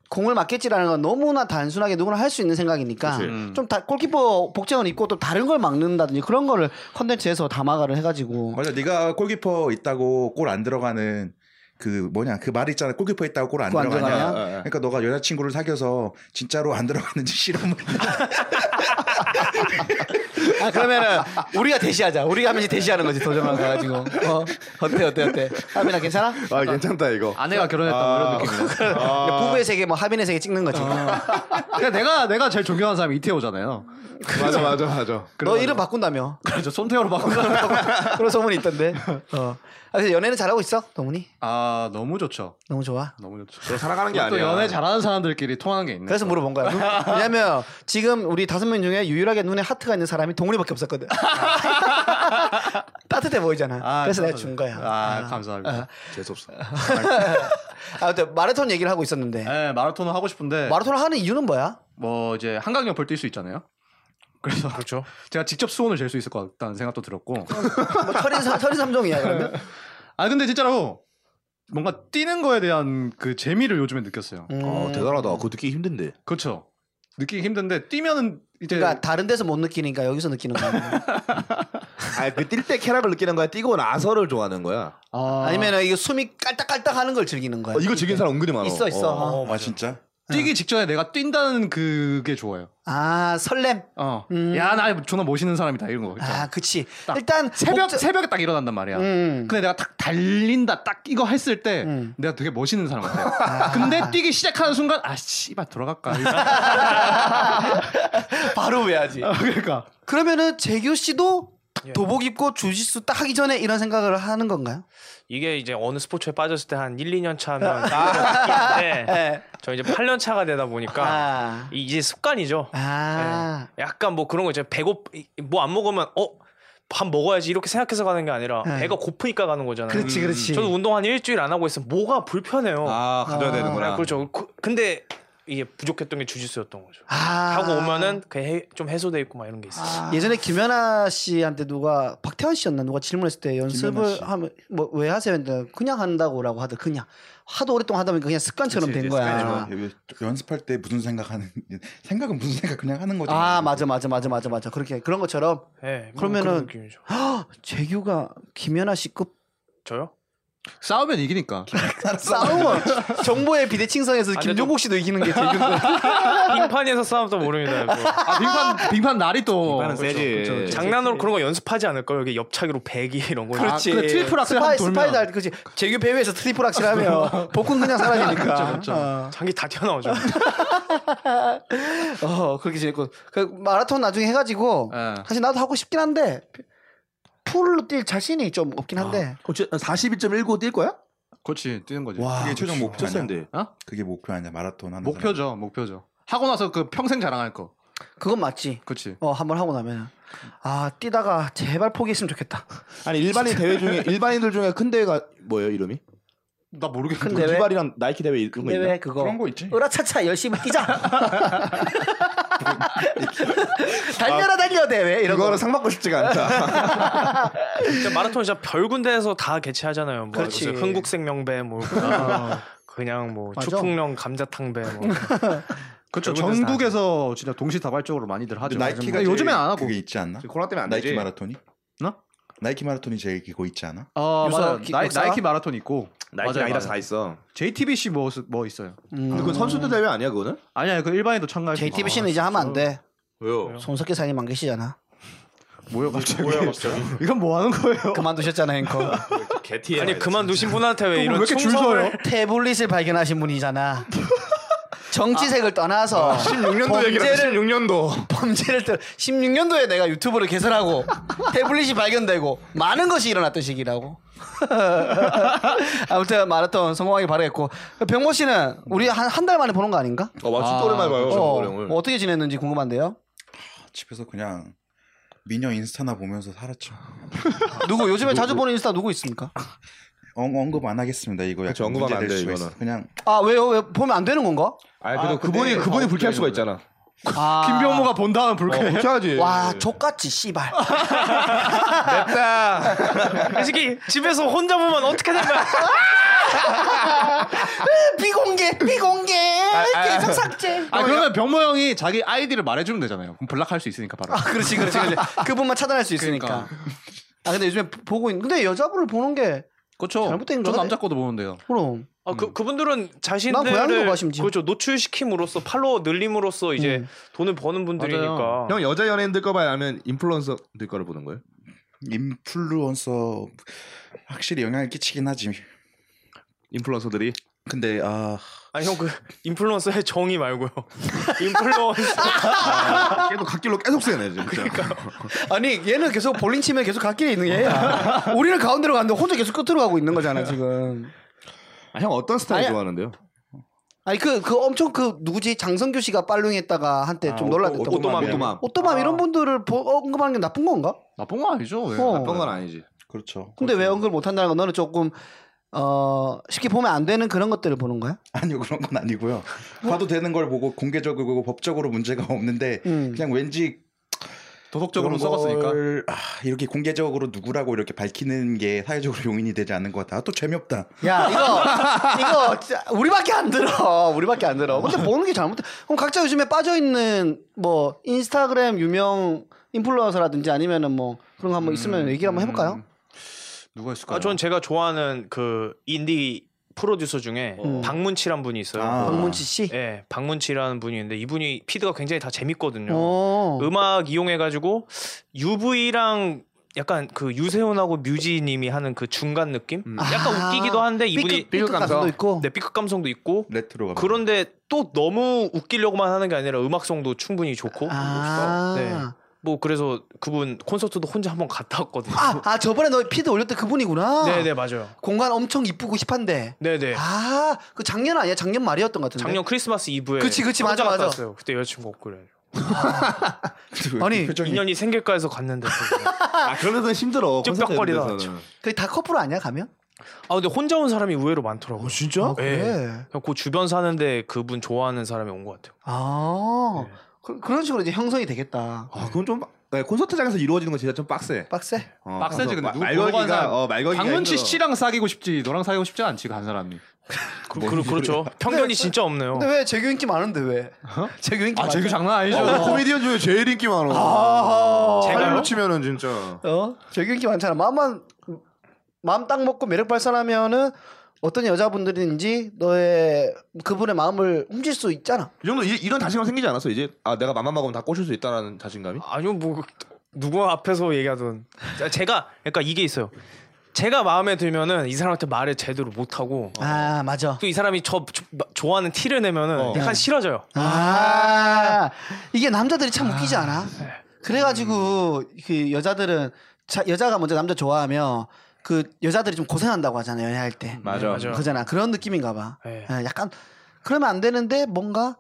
공을 막겠지라는 건 너무나 단순하게 누구나 할 수 있는 생각이니까 그치. 좀 다 골키퍼 복장을 입고 또 다른 걸 막는다든지 그런 거를 컨텐츠에서 담아가를 해가지고 맞아 네가 골키퍼 있다고 골 안 들어가는 그 뭐냐 그 말 있잖아 골키퍼 있다고 골 안 골안 들어가냐. 들어가냐? 예, 예. 그러니까 너가 여자친구를 사귀어서 진짜로 안 들어가는지 실험을. 아, 그러면은 우리가 대시하자. 우리가 하면서 대시하는 거지 도전만 가가지고. 어 어때 어때 어때. 하빈아 괜찮아? 아 괜찮다 이거. 아내가 결혼했다 아. 뭐 이런 느낌이야. 부부의 세계 뭐 하빈의 세계 찍는 거지. 그러니까 내가 내가 제일 존경하는 사람이 이태호잖아요. 맞아 맞아 맞아. 너 이름 바꾼다며. 그래서 손태호로 바꾼다. 그런 소문이 있던데. 어. 아, 근데 연애는 잘하고 있어, 동훈이. 아 너무 좋죠. 너무 좋아. 너무 좋죠. 너 살아가는 게 또 아니야. 연애 잘하는 사람들끼리 통하는 게 있네. 그래서 뭐- 물어본 거야. 눈- 왜냐면 지금 우리 다섯 명 중에 유일하게 눈에 하트가 있는 사람이 동훈이밖에 없었거든. 따뜻해 보이잖아. 아, 그래서 내가 감사합니다. 준 거야. 아, 감사합니다. 재수 없어. 아, 근데 마라톤 얘기를 하고 있었는데. 네, 마라톤을 하고 싶은데 마라톤을 하는 이유는 뭐야? 뭐 이제 한강옆을 뛸 수 있잖아요. 그래서 그렇죠. 제가 직접 수온을 잴 수 있을 것 같다는 생각도 들었고. 뭐 철인 삼- 철인 삼종이야 그러면? 아 근데 진짜로 뭔가 뛰는 거에 대한 그 재미를 요즘에 느꼈어요. 아, 음. 어 대단하다. 그거 듣기 힘든데. 그렇죠. 느끼기 힘든데 뛰면은 이제 그러니까 다른 데서 못 느끼니까 여기서 느끼는 거야. 아그뛸 때 쾌락을 느끼는 거야 뛰고 나서를 좋아하는 거야 아, 니면 아니면 이거 숨이 깔딱깔딱하는 걸 즐기는 거야. 어, 이거 즐긴 사람 은근히 많아 있어 있어. 어. 어. 아 진짜? 예. 예. 뛰기 직전에 내가 뛴다는 그게 좋아요. 아 설렘. 어. 음. 야, 나 존나 멋있는 사람이다 이런 거. 있잖아. 아 그치. 딱 일단 새벽 목적- 새벽에 딱 일어난단 말이야. 음. 근데 내가 딱 달린다 딱 이거 했을 때 음. 내가 되게 멋있는 사람 같아. 요 근데 뛰기 시작하는 순간 아 씨발 돌아갈까. 바로 외야지. 아, 그러니까 그러면은 재규 씨도 딱 도복 입고 주짓수 딱 하기 전에 이런 생각을 하는 건가요? 이게 이제 어느 스포츠에 빠졌을 때 한 1, 2년 차면 아. 예. 저 이제 8년 차가 되다 보니까 아. 이제 습관이죠. 아. 약간 뭐 그런 거 이제 배고 뭐 안 먹으면 어 밥 먹어야지 이렇게 생각해서 가는 게 아니라 네. 그렇죠. 배가 고프니까 가는 거잖아요. 그렇지 그렇지. 저도 운동 한 일주일 안 하고 있으면 뭐가 불편해요. 아 가져야 음. 아. 되는구나 아, 그렇죠. 그- 근데 이게 부족했던 게 주짓수였던 거죠. 아. 하고 오면은 그좀 해소돼 있고 막 이런 게 있어요. 예전에 김연아 씨한테 누가 박태환 씨였나 누가 질문했을 때 연습을 하면 뭐 왜 하세요? 했는데 그냥 한다고라고 하더 그냥 하도 오랫동안 하다 보니까 그냥 습관처럼 그치, 된 이제 거야. 습관이죠. 여- 아, 연습할 때 무슨 생각하는 생각은 무슨 생각 그냥 하는 거죠. 아 맞아 맞아 맞아 맞아 맞아 그렇게 그런 것처럼 예, 뭐 그러면은- 그런 느낌이죠. 헉, 재규가 김연아 씨급 저요? 싸우면 이기니까. 싸움은 정보의 비대칭성에서 근데 김종국 씨도 이기는 게 재규인 거야. 빙판에서 싸움 또 모릅니다. 이거. 아 빙판 빙판 날이 또 빙판은 세지. 그렇죠, 예. 장난으로 그런 거 연습하지 않을까요? 여기 옆차기로 배기 이런 거. 아, 그렇죠. 그렇지. 근데 트리플 악셀 스파이 한번 스파이 돌면 달 그렇지. 재규 배우에서 트리플 악실하면 복근 그냥 사라지니까. 그렇죠, 그렇죠. 어. 장기 다 튀어나오죠. 어, 그렇게 재밌고 그 마라톤 나중에 해가지고 예. 사실 나도 하고 싶긴 한데 풀로 뛸 자신이 좀 없긴 한데. 42.19뛸 거야? 그렇지 뛰는 거지. 그게 최종 목표 아니야? 데 그게 목표 아니야 마라톤 하는 사람. 목표죠, 목표죠. 하고 나서 그 평생 자랑할 거. 그건 맞지. 그렇지. 어, 한 번 하고 나면 아 뛰다가 제발 포기했으면 좋겠다. 아니 일반인 대회 중에 일반인들 중에 큰 대회가 뭐예요 이름이? 나 모르겠는데. 대회? 유발이랑 나이키 대회 이런 거 있나? 근데 왜 네, 그거? 그런 거 있지. 으라차차 열심히 뛰자. 달려라 달려 대회 이런 거. 이거는 상 받고 싶지가 않다. 진짜 마라톤 진짜 별 군데에서 다 개최하잖아요. 뭐 그렇지. 무슨 흥국생명배 뭐 그냥 뭐 맞아. 축풍령 감자탕배 뭐 그렇죠. 결국엔 다 전국에서 진짜 동시다발적으로 많이들 하죠. 근데 근데 나이키가 아, 요즘엔 안 하고. 그게 있지 않나? 코로나 때문에 안 나이키 되지. 마라톤이? 나? 나이키 마라톤이 제일 기고 있지 않아? 어 요사- 맞아. 기- 나이, 역사? 나이키 마라톤 있고. 나이키 맞아요, 아이다스 맞아요. 다 있어. JTBC 뭐, 뭐 있어요? 근데 그건 선수들 대회 아니야 그거는? 아니야 그 일반인도 참가할 수 음. 있어. JTBC는 이제 하면 안 돼. 왜요? 손석희 사장님 안 계시잖아. 뭐야 갑자기? 이건 뭐 하는 거예요? 그만두셨잖아 앵커. 개티 아니 그만두신 분한테 왜 왜 이런 이렇게 줄 충성을- 서요? 태블릿을 발견하신 분이잖아. 정치색을 떠나서 16년도 아, 얘기를 범죄를 16년도. 범죄를 떠 16년도에 내가 유튜브를 개설하고 태블릿이 발견되고 많은 것이 일어났던 시기라고. 아무튼 마라톤 성공하기 바라겠고 병모 씨는 우리 한 한 달 만에 보는 거 아닌가? 어 맞아 진짜 오랜만에 봐요. 저 어, 어령을. 어떻게 지냈는지 궁금한데요. 집에서 그냥 미녀 인스타나 보면서 살았죠. 누구 요즘에 자주 보는 인스타 누구 있습니까? 엉, 언급 안 하겠습니다. 이거 그쵸, 약간 언급하면 문제될 안 돼, 수가 이거는. 있어. 그냥 아 왜요? 왜 보면 안 되는 건가? 아니 그래도 아, 그분이 근데- 그분이 아, 불쾌할 수가 그래. 있잖아. 아, 예. 김병모가 본 다음 불쾌. 불쾌하지. 와 족같지 씨발. 이 새끼 집에서 혼자 보면 어떻게 된 거야? 비공개 비공개 계속 삭제. 아 그러면 병모 형이 자기 아이디를 말해주면 되잖아요. 그럼 블락할 수 있으니까 바로. 그렇지 그렇지 그렇지 그분만 차단할 수 있으니까 아 근데 요즘에 보고 있는 근데 여자분을 보는 게 그렇죠. 잘못된 저 거네. 남자 거도 보는데요. 그럼 아, 그 그분들은 난 고양이로 자신들을 봐, 심지어. 음. 그렇죠 노출시킴으로써 팔로워 늘림으로써 이제 돈을 버는 분들이니까 형 여자 연예인들 거 봐야 아니면 인플루언서들 거를 보는 거예요? 인플루언서 확실히 영향을 끼치긴 하지. 인플루언서들이 근데 아 아니 형 그 인플루언서의 정의 말고요 인플루언서 아, 계속 갓길로 계속 세네 지금. 아니 얘는 계속 볼링 치면 계속 갓길에 있는 얘야 우리는 가운데로 갔는데 혼자 계속 끝으로 가고 있는 거잖아 지금 아, 형 어떤 스타일 아니, 좋아하는데요? 아니 그 그 엄청 그 누구지 장성규 씨가 빨릉 했다가 한때 좀 어, 놀랐던 오또맘 오또맘. 아. 오또맘 이런 분들을 보- 언급하는 게 나쁜 건가? 나쁜 거 아니죠? 왜? 어. 나쁜 건 아니지. 그렇죠. 근데 왜 언급 못 한다는 건 너는 조금 어 쉽게 보면 안 되는 그런 것들을 보는 거야? 아니요 그런 건 아니고요. 봐도 되는 걸 보고 공개적이고 법적으로 문제가 없는데 음. 그냥 왠지 도덕적으로는 이런 썩었으니까. 걸, 아, 이렇게 공개적으로 누구라고 이렇게 밝히는 게 사회적으로 용인이 되지 않는 것 같아. 아, 또 재미없다. 네. 야 이거 이거 진짜 우리밖에 안 들어 우리밖에 안 들어 아. 근데 보는 게 잘못돼 그럼 각자 요즘에 빠져있는 뭐 인스타그램 유명 인플루언서라든지 아니면은 뭐 그런 음. 거 한번 있으면 얘기 한번 해볼까요? 음. 누가 있을까요? 아, 전 제가 좋아하는 그 인디 프로듀서 중에 음. 박문치란 분이 있어요. 아. 박문치 씨. 예, 박문치라는 분이 있는데 이분이 피드가 굉장히 다 재밌거든요. 어. 음악 이용해가지고 UV랑 약간 그 유세훈하고 뮤지님이 하는 그 중간 느낌? 약간 아. 웃기기도 한데 이분이 삐끗 감성. 감성도 있고. 네, 삐끗 감성도 있고 레트로가. 그런데 또 너무 웃기려고만 하는 게 아니라 음악성도 충분히 좋고 아. 네. 뭐 그래서 그분 콘서트도 혼자 한번 갔다 왔거든요. 아, 아 저번에 너 피드 올렸던 그분이구나. 네네 맞아요. 공간 엄청 이쁘고 힙한데. 네네 아, 그 작년 아니야? 작년 말이었던 것 같은데. 작년 크리스마스 이브에 그치, 그치, 혼자 맞아, 갔다 맞아. 왔어요. 그때 여자친구 없고 그래. 아니, 표정이 인연이 생길까 해서 갔는데. 그거. 아 그런 데서는 힘들어. 콘서트 쭈뼛거리다. 이런 데서는. 그 다 커플 아니야 가면? 아 근데 혼자 온 사람이 의외로 많더라고요. 진짜? 그래. 그냥 그 주변 사는데 그분 좋아하는 사람이 온 것 같아요. 아, 네. 그, 그런 식으로 이제 형성이 되겠다. 아 그건 좀 네, 콘서트장에서 이루어지는 건 진짜 좀 빡세. 빡세. 어, 빡세지, 근데 마- 누구 보러 간 사람? 말거기가 어 말거기가 박문치 힘들어. 씨랑 사귀고 싶지 너랑 사귀고 싶지 않지 간 사람이. 그, 네. 그, 그렇죠. 편견이 진짜 없네요. 근데 왜 재규 인기 많은데 왜? 재규 인기 아 많아. 재규 장난 아니죠. 어, 코미디언 중에 제일 인기 많아. 아하. 제가요? 팔로 치면은 진짜. 어? 재규 인기 많잖아. 마음만 마음 딱 먹고 매력 발산하면은 어떤 여자분들인지 너의 그분의 마음을 훔칠 수 있잖아. 이 정도 이, 런 자신감 생기지 않았어 이제 아 내가 맘만 먹으면 다 꼬실 수 있다라는 자신감이? 아니요 뭐 누구 앞에서 얘기하던 자, 제가 그러니까 이게 있어요. 제가 마음에 들면은 이 사람한테 말을 제대로 못 하고 아 맞아. 또 이 사람이 저, 저- 좋아하는 티를 내면은 어. 약간 싫어져요. 아 이게 남자들이 참 웃기지 않아? 그래가지고 그 여자들은 자, 여자가 먼저 남자 좋아하면 그 여자들이 좀 고생한다고 하잖아요 연애할 때. 맞아. 네, 맞아. 그잖아 그런 느낌인가 봐. 예. 예, 약간 그러면 안 되는데 뭔가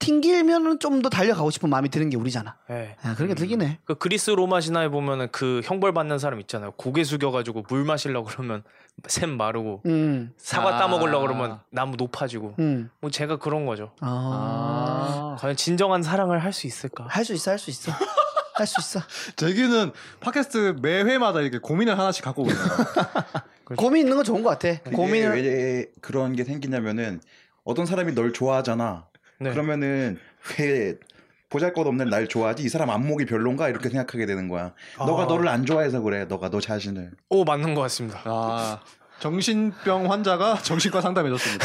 튕기면은 좀 더 달려가고 싶은 마음이 드는 게 우리잖아. 예. 예, 그런 게 들긴 해. 그 그리스 로마 신화에 보면은 그 형벌 받는 사람 있잖아요. 고개 숙여가지고 물 마시려 고 그러면 샘 마르고 음, 사과 아. 따먹으려 고 그러면 나무 높아지고 음. 뭐 제가 그런 거죠. 아. 아. 과연 진정한 사랑을 할 수 있을까? 할 수 있어, 할 수 있어. 할 수 있어. 재규는 팟캐스트 매 회마다 이렇게 고민을 하나씩 갖고 오네요. 고민 있는 건 좋은 것 같아. 그게 고민을 왜 그런 게 생기냐면은 어떤 사람이 널 좋아하잖아. 네. 그러면은 왜 보잘것없는 날 좋아하지? 이 사람 안목이 별론가 이렇게 생각하게 되는 거야. 너가 너를 안 좋아해서 그래. 너가 너 자신을. 오 맞는 것 같습니다. 아 정신병 환자가 정신과 상담해줬습니다.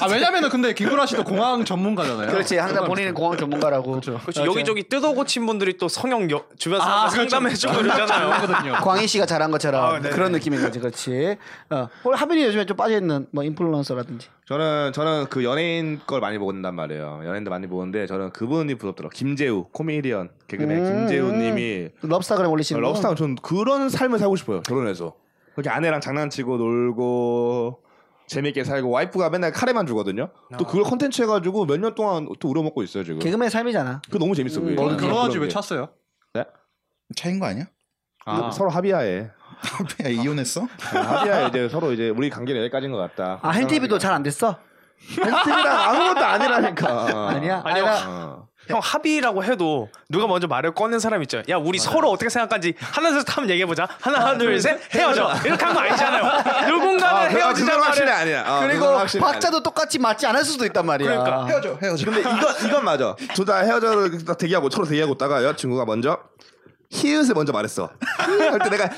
아 왜냐면은 근데 김구라 씨도 공황 전문가잖아요. 그렇지. 항상 본인은 공항 전문가라고. 어, 그렇죠. 여기저기 뜯어고친 분들이 또 성형 여, 주변 아, 사람 상담해주고 이러잖아요. 거든요. 광희 씨가 잘한 것처럼 그런 느낌인 거지, 그렇지. 어. 오늘 하빈이 요즘에 좀 빠져 있는 뭐 인플루언서라든지. 저는 저는 그 연예인 걸 많이 본단 말이에요. 연예인들 많이 보는데 저는 그분이 부럽더라. 김재우 코미디언 음. 개그맨 김재우님이 럽스타그램 올리시는 분. 러브스타는 전 그런 삶을 살고 싶어요. 결혼해서 그렇게 아내랑 장난치고 놀고 재밌게 살고 와이프가 맨날 카레만 주거든요. 또 그걸 컨텐츠 해가지고 몇 년 동안 또 우려먹고 있어요 지금. 아. 개그맨 음. 삶이잖아. 그거 너무 재밌어. 그게. 너는 그런 결혼하지 왜 게. 찼어요? 차인 거 아니야? 아, 서로 합의하에 야, 이혼했어? 합의하에 이제 서로 이제 우리 관계는 여기까지인 것 같다. 아, 헨티비도 잘 안 됐어? 헨티비랑 아무것도 아니라니까. 아니야. 아니요. 나- 어. 형 합의라고 해도 누가 먼저 말을 꺼낸 사람 있죠. 야 우리 서로 어떻게 생각하는지 하나 둘셋 한번 얘기해 보자. 하나 둘 셋 헤어져. 이렇게 한 거 아니잖아요. 누군가는 아, 그건- 헤어지자 그건 확실히 말을. 아니야. 아, 그리고 그건 확실히 박자도 똑같이 맞지 않을 수도 있단 말이야. 아. 그러니까. 헤어져, 헤어져. 근데 이건 이건 맞아. 둘 다 헤어져를 딱 대기하고 서로 대기하고 있다가 여자친구가 먼저 히읗을 먼저 말했어. 할 때 내가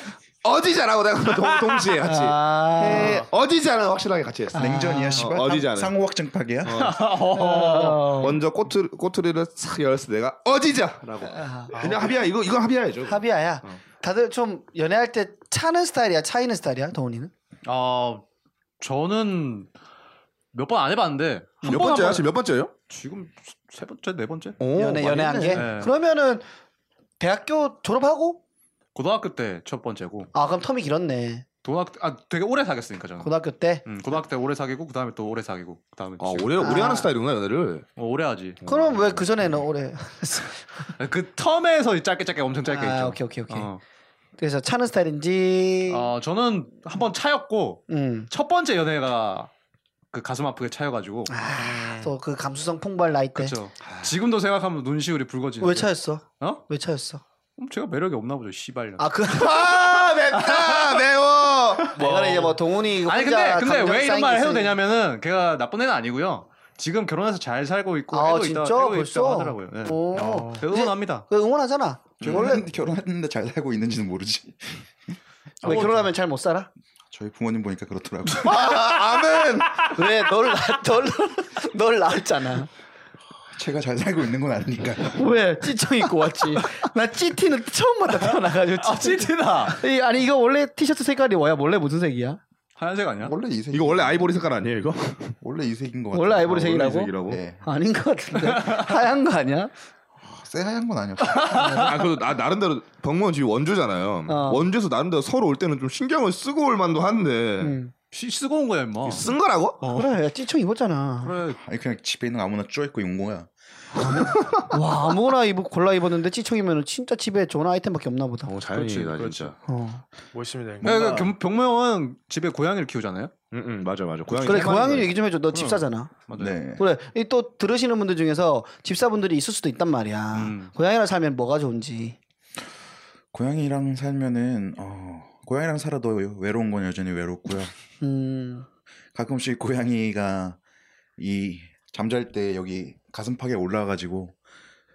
어디잖아고 내가 동, 동시에 같이 아. 해, 어디잖아 확실하게 같이 했어. 냉전이야, 씨발. 어, 어디지 상- 않아요? 어. 상호 확정 파기야. 어. 어. 먼저 꼬투리, 꼬투리를 싹 열었을 때 내가 어디자라고. 그냥 합의야 이거 이건 아. 합의야죠. 합의야야. 아. 다들 좀 연애할 때 차는 스타일이야, 차이는 스타일이야, 동훈이는? 아 저는 몇 번 안 해봤는데 한 몇 번, 한 번째야? 번- 지금 몇 번째예요? 지금 세 번째 네 번째 연애 연애한 게. 네. 그러면은 대학교 졸업하고 고등학교 때 첫 번째고 아 그럼 텀이 길었네. 고등학교 아 되게 오래 사귀었으니까 저는 고등학교 때. 음, 고등학교 때 오래 사귀고 그 다음에 또 오래 사귀고 그 다음에 어, 아 오래 오래 하는 스타일이구나 연애를. 오래 하지 그럼 왜 그 전에는 오래? 그 텀에서 짧게 짧게 엄청 짧게 아 있죠 오케이 오케이 오케이. 어. 그래서 차는 스타일인지. 아, 저는 한 번 차였고 음. 첫 번째 연애가 그 가슴 아프게 차여가지고 네. 또 그 감수성 폭발 나이 때. 네. 그렇죠. 지금도 생각하면 눈시울이 붉어지는. 아. 왜 차였어? 어? 왜 차였어? 그럼 제가 매력이 없나 보죠. 씨발. 아 그. 아 맵다 매워. 내가 이제 뭐 동훈이 혼자 아니 근데 근데 감정 왜 이런 쌓인 말 게 해도 있으니. 되냐면은 걔가 나쁜 애는 아니고요. 지금 결혼해서 잘 살고 있고 아 애도 진짜 있다, 애도 있다고 벌써. 하더라고요. 네. 오. 그래서 응원합니다. 그 응원하잖아. 원래 결혼했는데 잘 살고 있는지는 모르지. 왜 결혼하면 잘 못 살아? 저희 부모님 보니까 그렇더라고. 아멘. 왜널널널 낳았잖아. 제가 잘 살고 있는 건 아니니까. 왜 찌청 입고 왔지? 나 찌티는 처음 봤다 태어나가지고 찌- 아, 찌티다. 이- 아니 이거 원래 티셔츠 색깔이 뭐야? 원래 무슨 색이야? 하얀색 아니야? 뭐- 원래 이색 이거 원래 아이보리 색깔 아니에요 이거? 원래 이색인 것 같아요. 원래 아이보리 원래 색이라고? 이색이라고? 네. 아닌 것 같은데 하얀 거 아니야? 새하얀 건 아니었어. 아, 그래도 나, 나름대로 병무원 지금 원주잖아요. 어. 원주에서 나름대로 서로 올 때는 좀 신경을 쓰고 올 만도 한데 응. 씨, 쓰고 온 거야 임마. 쓴 거라고? 어, 그래 야, 찌청 입었잖아. 그래. 아니 그냥 집에 있는 거 아무나 쪼 있고 온 거야. 와 아무거나 입 골라 입었는데 찌청이면 진짜 집에 좋은 아이템밖에 없나 보다. 어, 다행이다, 진짜. 어. 멋있습니다. 형님. 야, 그 병- 병모형은 집에 고양이를 키우잖아요. 응, 음, 응, 음, 맞아, 맞아. 고양이 그래 세 마리가 고양이 있어. 얘기 좀 해줘. 너 집사잖아. 네. 그래 이또 들으시는 분들 중에서 집사분들이 있을 수도 있단 말이야. 음. 고양이랑 살면 뭐가 좋은지. 고양이랑 살면은 어, 고양이랑 살아도 외로운 건 여전히 외롭고요. 음. 가끔씩 고양이가 이 잠잘 때 여기 가슴팍에 올라와가지고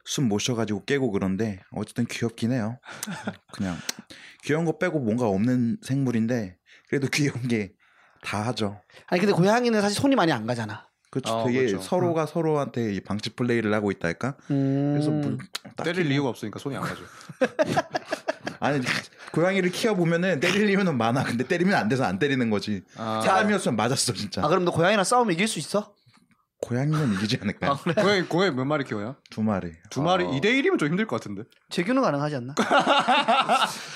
숨 못 쉬어가지고 깨고 그런데 어쨌든 귀엽긴 해요. 그냥 귀여운 거 빼고 뭔가 없는 생물인데 그래도 귀여운 게 다 하죠. 아니 근데 고양이는 사실 손이 많이 안 가잖아. 그렇죠. 어, 되게 그렇죠. 서로가 서로한테 이 방치 플레이를 하고 있다 할까? 음. 그래서 뭐 딱히 때릴 이유가 없으니까 손이 안 가죠. 아니 고양이를 키워 보면은 때릴 이유는 많아. 근데 때리면 안 돼서 안 때리는 거지. 아, 사람이었으면 맞았어 진짜. 아 그럼 너 고양이랑 싸우면 이길 수 있어? 고양이는 이기지 않을까? 고양이 고양이 몇 마리 키워요? 두 마리. 두 마리 2대 1이면 좀 힘들 것 같은데. 재규는 가능하지 않나?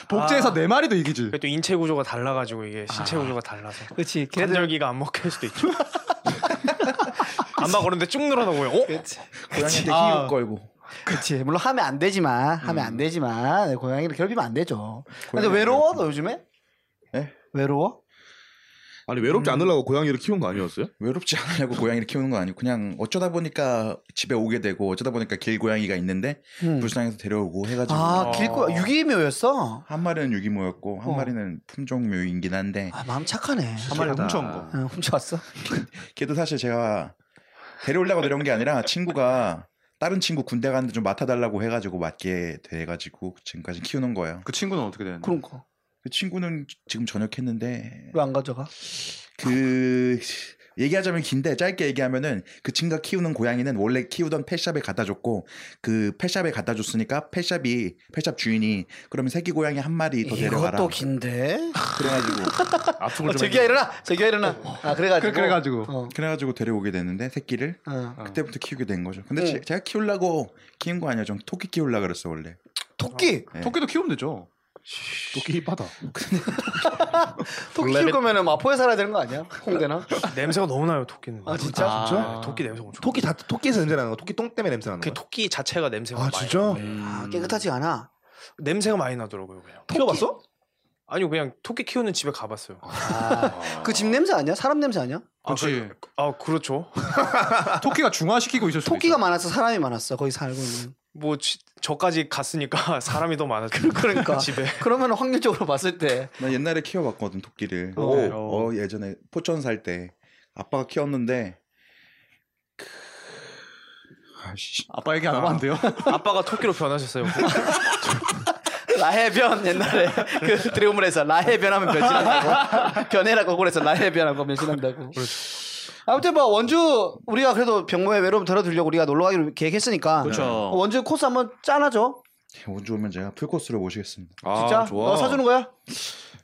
복제해서 네 마리도 이기지. 그게 또 인체 구조가 달라가지고 이게 신체 구조가 달라서 그렇지. 관절기가 안 먹힐 수도 있죠. 안막 그런데 쭉 늘어나 보여. 어? 고양이한테 아. 힘을 걸고. 그렇지. 물론 하면 안 되지만 하면 안 되지만 고양이를 괴롭히면 안 되죠. 근데 음. 고양이 외로워 너 요즘에? 예? 외로워? 아니 외롭지 않으려고 고양이를 키운 거 아니었어요? 외롭지 않으려고 고양이를 키우는 건 아니고 그냥 어쩌다 보니까 집에 오게 되고 어쩌다 보니까 길고양이가 있는데 음. 불쌍해서 데려오고 해가지고 아 길고 유기묘였어. 한 마리는 유기모였고 한 어. 마리는 품종묘이긴 한데 아 마음 착하네. 한 마리 훔쳐온 거. 어, 훔쳐왔어? 걔도 사실 제가 데려오려고 데려온 게 아니라 친구가 다른 친구 군대 가는데 좀 맡아달라고 해가지고 맡게 돼가지고 지금까지 키우는 거예요. 그 친구는 어떻게 되는데? 그런 거. 그 친구는 지금 전역했는데 왜 안 가져가? 그 얘기하자면 긴데 짧게 얘기하면은 그 친구가 키우는 고양이는 원래 키우던 펫샵에 갖다 줬고 그 펫샵에 갖다 줬으니까 펫샵이 펫샵 주인이 그러면 새끼 고양이 한 마리 더 데려가라 아, 이것도 긴데. 그래가지고 어, 재규야 일어나. 재규야 일어나. 아 그래 그래가지고. 그래가지고 어. 그래가지고 데려오게 되는데 새끼를 어. 그때부터 키우게 된 거죠. 근데 응. 제, 가 키우려고 키운 거 아니야. 좀 토끼 키우려 그랬어 원래. 토끼. 네. 토끼도 키우면 되죠. 토끼 바다. 토끼 키울 거면은 마포에 살아야 되는 거 아니야? 홍대나? 냄새가 너무 나요 토끼는. 아 진짜? 아. 네, 토끼 냄새 엄청. 토끼 다 토끼에서 냄새 나는 거. 토끼 똥 때문에 냄새 나는 그 거. 토끼 자체가 냄새가 아, 많이 진짜? 나요. 음. 네. 아, 깨끗하지 않아. 냄새가 많이 나더라고요 그냥. 키워봤어? 아니요 그냥 토끼 키우는 집에 가봤어요. 아. 그 집 냄새 아니야? 사람 냄새 아니야? 그렇지. 아 그렇죠. 토끼가 중화시키고 있을 수도 토끼가 있어. 많았어, 사람이 많았어. 거기 살고 있는. 뭐 지- 저까지 갔으니까 사람이 더 많았죠. 그러니까. 집에. 그러면 확률적으로 봤을 때 나 옛날에 키워봤거든 토끼를. 어. 어, 예전에 포천 살 때 아빠가 키웠는데 그- 아씨 아빠 얘기 안 하면 안 돼요. 아빠가 토끼로 변하셨어요. 라해변 옛날에 그 드래곤볼에서 라해변하면 변신한다고 변해라고 그래서 라해변하고 변신한다고. 아무튼 뭐 원주 우리가 그래도 병모의 외로움 덜어드리려고 우리가 놀러 가기로 계획했으니까 어, 그렇죠. 원주 코스 한번 짜놔줘. 원주 오면 제가 풀코스로 모시겠습니다. 아, 진짜? 너 사주는 거야?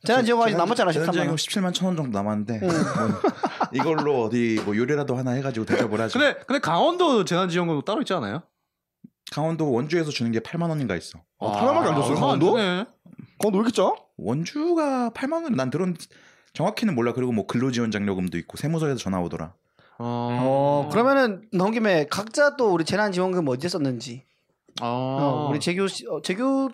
재난 지원 많이 남았잖아 재난 13만 지원 원. 17만 천 원 정도 남았는데 뭐 이걸로 어디 뭐 요리라도 하나 해가지고 대접을 하죠. 근데 근데 강원도 재난지원금도 따로 있지 않아요? 강원도 원주에서 주는 게 8만 원인가 있어. 아, 팔만밖에 안 줬어요, 강원도? 네. 거너 이렇게 짜? 원주가 8만 원 난 들은 정확히는 몰라. 그리고 뭐 근로지원장려금도 있고 세무서에서 전화 오더라. 어. 어 그러면은 나온 김에 각자 또 우리 재난지원금 어디에 썼는지 어. 어, 우리 재규 씨, 어, 재규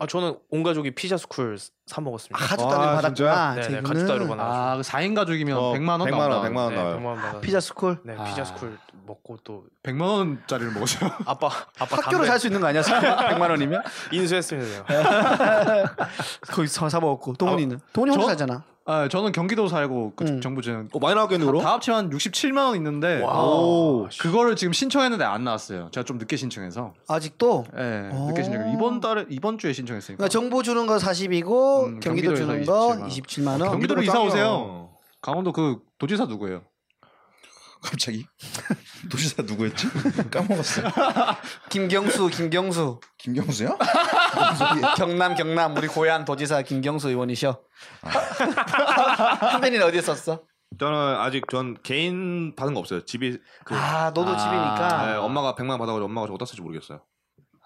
아 저는 온 가족이 피자 스쿨 사 먹었습니다. 가족 단위 아, 받았구나. 네네, 제이는. 가족 단위로 받아가지고. 아, 그 4인 가족이면 어, 100만 원 100만 원, 나온다. 100만 원 네, 나와요. 백만 원 받아가지고. 피자 스쿨. 네, 아. 피자 스쿨 먹고 또 100만 원짜리를 먹었어요. 아빠 아빠 학교로 뭐 담배 살 수 있는 거 아니야? 100만 원이면? 인수했습니다. 제가. 거기 사, 사 먹었고 동훈이는 동훈이 혼자 저? 살잖아. 아, 저는 경기도 살고 그 음. 정부 재능 어, 많이 나왔겠네 그럼? 다 합치면 한 67만 원 있는데 오. 그거를 지금 신청했는데 안 나왔어요. 제가 좀 늦게 신청해서. 아직도. 예, 네, 오. 늦게 어. 신청. 이번 달에 이번 주에 신청했으니까. 그러니까 정부 주는 거 40이고 음, 경기도 경기도에서 주는 거 27만 27만 원. 원. 경기도로 이사 짱이야. 오세요. 강원도 그 도지사 누구예요? 갑자기 도시사 누구였지? 까먹었어. 요 김경수, 김경수. 김경수요? 경남 경남 우리 고향 도지사 김경수 의원이셔. 한빈이는 어디에 썼어? 저는 아직 전 개인 받은 거 없어요. 집이 그 아 너도 아, 네, 집이니까. 엄마가 100만 원 받아가지고 엄마가 저거 어디다 쓸지 모르겠어요.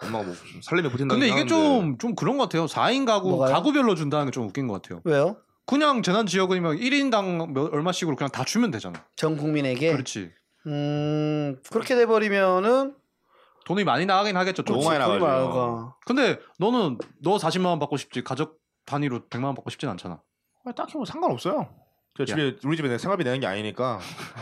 엄마가 뭐 살림에 보탠다. 근데 이게 좀 좀 그런 것 같아요. 4인 가구 뭐가요? 가구별로 준다는 게 좀 웃긴 것 같아요. 왜요? 그냥 재난 지역이면 1인당 몇, 얼마씩으로 그냥 다 주면 되잖아. 전 예. 국민에게. 그렇지. 음 그렇게 돼버리면은 돈이 많이 나가긴 하겠죠. 좀. 너무 많이 돈이 나가죠. 많아가. 근데 너는 너 40만 원 받고 싶지 가족 단위로 100만 원 받고 싶진 않잖아. 아니, 딱히 뭐 상관없어요. 저 집에 우리 집에 내 생활비 내는 게 아니니까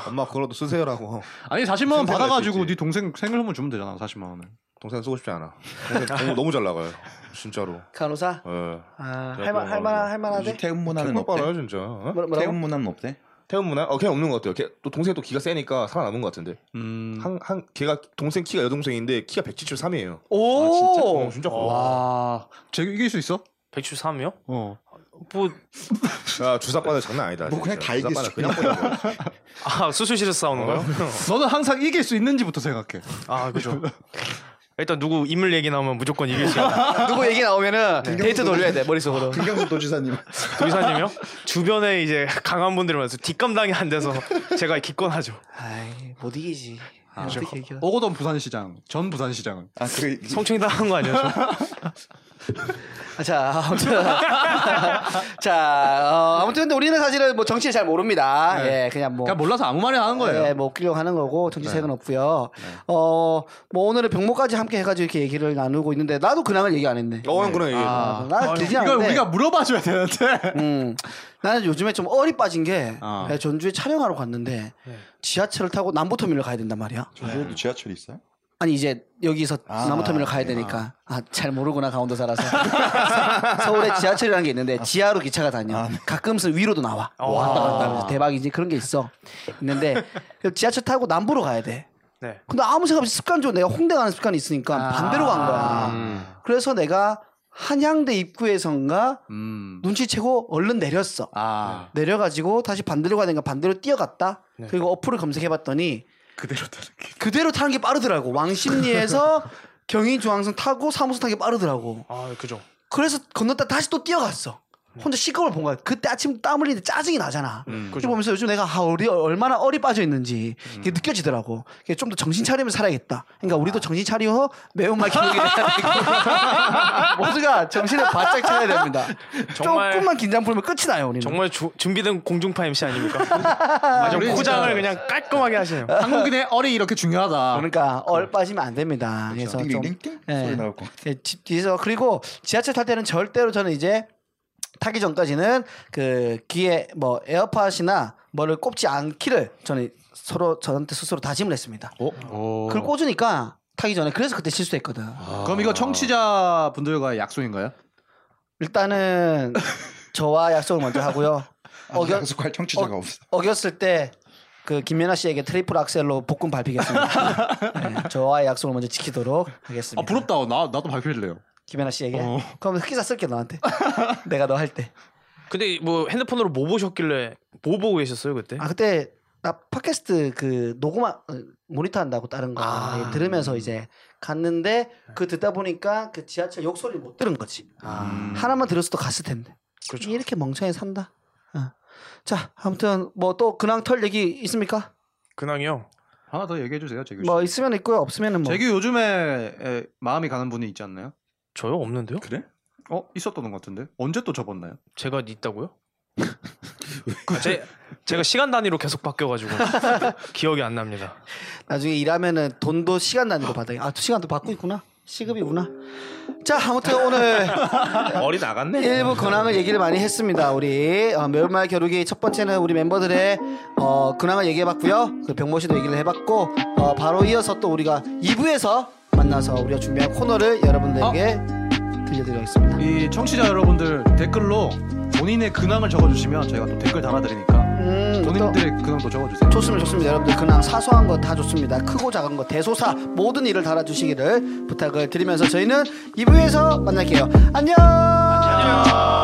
엄마 그거라도 쓰세요라고 아니 40만 원 생각할 수 받아가지고 있지. 네 동생 생일 선물 주면 되잖아. 40만 원을. 동생 쓰고 싶지 않아. 동생 너무, 너무 잘 나가요. 진짜로. 간호사. 예. 아 네. 제가 할만 할만 그런 뭐 거라고. 할만하대. 태운 문화는 정말 없대. 빨라요 진짜. 어? 뭐라- 뭐라고? 태운 문화는 없대. 태훈 문화? 어, 걔 없는 것 같아요. 걔, 또 동생이 또 기가 세니까 살아남은 것 같은데. 음. 한, 한, 걔가 동생 키가 여동생인데 키가 173이에요. 어, 오. 진짜 커. 와, 제 이길 수 있어? 113이요? 어. 뭐아 야, 주사바늘 장난 아니다. 뭐 그냥 진짜. 다 이길 주사바늘 수 그냥 보는 거야. 아, 수술실에서 싸우는 거요? 너는 항상 이길 수 있는지부터 생각해. 아 그죠. 일단 누구 인물 얘기 나오면 무조건 이길 수 있다. 누구 얘기 나오면은 데이트 돌려야 돼 머릿속으로. 김경수 도지사님. 도지사님이요? 주변에 이제 강한 분들이 많아서 뒷감당이 안 돼서 제가 기권하죠. 뭐- 아이 못 이기지. 어떻게 이겨? 오거돈 부산시장, 전 부산시장은. 아그 성추행당한 거 아니에요? 저? 자, 아무튼 자, 어, 아무튼 근데 우리는 사실은 뭐 정치를 잘 모릅니다. 네. 예, 그냥 뭐 그냥 몰라서 아무 말이나 하는 거예요. 네. 예, 뭐 웃기려고 하는 거고 정치색은 없고요. 어, 뭐 오늘은 병모까지 함께 해가지고 이렇게 얘기를 나누고 있는데 나도 근황을 얘기 안 했네. 어, 형 그런 얘기. 아, 나 길지 이걸 않은데. 우리가 물어봐줘야 되는데. 음, 나는 요즘에 좀 얼이 빠진 게 아. 네. 내가 전주에 촬영하러 갔는데 지하철을 타고 남부터미널 가야 된단 말이야. 저기에도 그 지하철이 있어요? 아니 이제 여기서 아, 남부터미널 가야 되니까 아 잘 모르구나 강원도 살아서 서- 서울에 지하철이라는 게 있는데 지하로 기차가 다녀 아, 네. 가끔은 위로도 나와 왔다 갔다 하면서 대박이지 그런 게 있어 있는데 그 지하철 타고 남부로 가야 돼 네. 근데 아무 생각 없이 습관적으로 내가 홍대 가는 습관이 있으니까 반대로 간 거야 그래서 내가 한양대 입구에선가 음. 눈치채고 얼른 내렸어 아. 내려가지고 다시 반대로 가야 되니까 반대로 뛰어갔다. 그리고 어플을 검색해봤더니 그대로 네. 타는 게 빠르더라고. 왕십리에서 경인중앙선 타고 사무소 타는 게 빠르더라고. 아 그죠. 그래서 건넜다 다시 또 뛰어갔어. 음. 혼자 시끄러울 본 거야. 그때 아침 땀 흘리는데 짜증이 나잖아. 그걸 보면서 요즘 내가 아, 어리, 얼마나 얼이 빠져 있는지 음. 이게 느껴지더라고. 좀 더 정신 차리면 살아야겠다. 그러니까 우리도 정신 차리고 매운맛 기르게 해야 되고 모두가 정신을 바짝 차려야 됩니다. 정말- 조금만 긴장 풀면 끝이 나요, 우리는. 정말 주- 준비된 공중파 MC 아닙니까? 아. 아주 우리 포장을 그냥 깔끔하게 하시네요. 한국인의 얼이 이렇게 중요하다. 그러니까 어. 얼 빠지면 안 그렇죠. 됩니다. 그래서 좀 띵띵띵 예. 소리 나올 것 같아. 예, 집 뒤에서 그리고 지하철 탈 때는 절대로 저는 이제 타기 전까지는 그 귀에 뭐 에어팟이나 뭐를 꼽지 않기를 저는 서로 저한테 스스로 다짐을 했습니다. 어? 오. 그걸 꽂으니까 타기 전에 그래서 그때 실수했거든. 그럼 이거 청취자 분들과의 약속인가요? 일단은 저와 약속을 먼저 하고요. 아, 어겨... 어겨, 약속할 아, 청취자가 어- 없어. 어겼을 때 그 김연아 씨에게 트리플 악셀로 복근 밟히겠습니다. 네, 저와의 약속을 먼저 지키도록 하겠습니다. 아 부럽다. 나 나도 발표해줄래요. 김연아 씨에게. 어. 그럼 흑기사 쓸게 너한테. 내가 너 할 때. 근데 뭐 핸드폰으로 뭐 보셨길래 뭐 보고 계셨어요 그때? 아 그때 나 팟캐스트 그 녹음한 어, 모니터 한다고 다른 거 아. 예, 들으면서 이제 갔는데 그 듣다 보니까 그 지하철 욕소리를 못 들은 거지. 음. 하나만 들었어도 갔을 텐데. 그렇죠. 예. 이렇게 멍청히 산다. 어. 자 아무튼 뭐 또 근황 털 얘기 있습니까? 근황이요. 하나 더 얘기해 주세요, 재규 씨. 뭐 있으면 있고요 없으면은 뭐. 재규 요즘에 에, 마음이 가는 분이 있지 않나요? 저요 없는데요? 어 있었던 것 같은데 언제 또 접었나요? 제가 있다고요? 아, 제 제가 시간 단위로 계속 바뀌어가지고 기억이 안 납니다. 나중에 일하면은 돈도 아, 시간 단위로 받아. 아두 시간도 받고 있구나. 시급이구나. 자, 아무튼 오늘 머리 나갔네. 일부 근황을 얘기를 많이 했습니다. 우리 어, 매운말 겨루기 첫 번째는 우리 멤버들의 어, 근황을 얘기해봤고요. 그 병모 씨도 얘기를 해봤고 어, 바로 이어서 또 우리가 2부에서 만나서 우리가 준비한 코너를 여러분들에게 어? 들려드리겠습니다. 이 청취자 여러분들 댓글로 본인의 근황을 적어주시면 저희가 또 댓글 달아드리니까 음, 뭐 또- 본인들의 근황도 그 적어주세요. 좋습니다, 좋습니다. 여러분들 그냥 사소한 거 다 좋습니다. 크고 작은 거 대소사 모든 일을 달아주시기를 부탁을 드리면서 저희는 2부에서 만날게요. 안녕.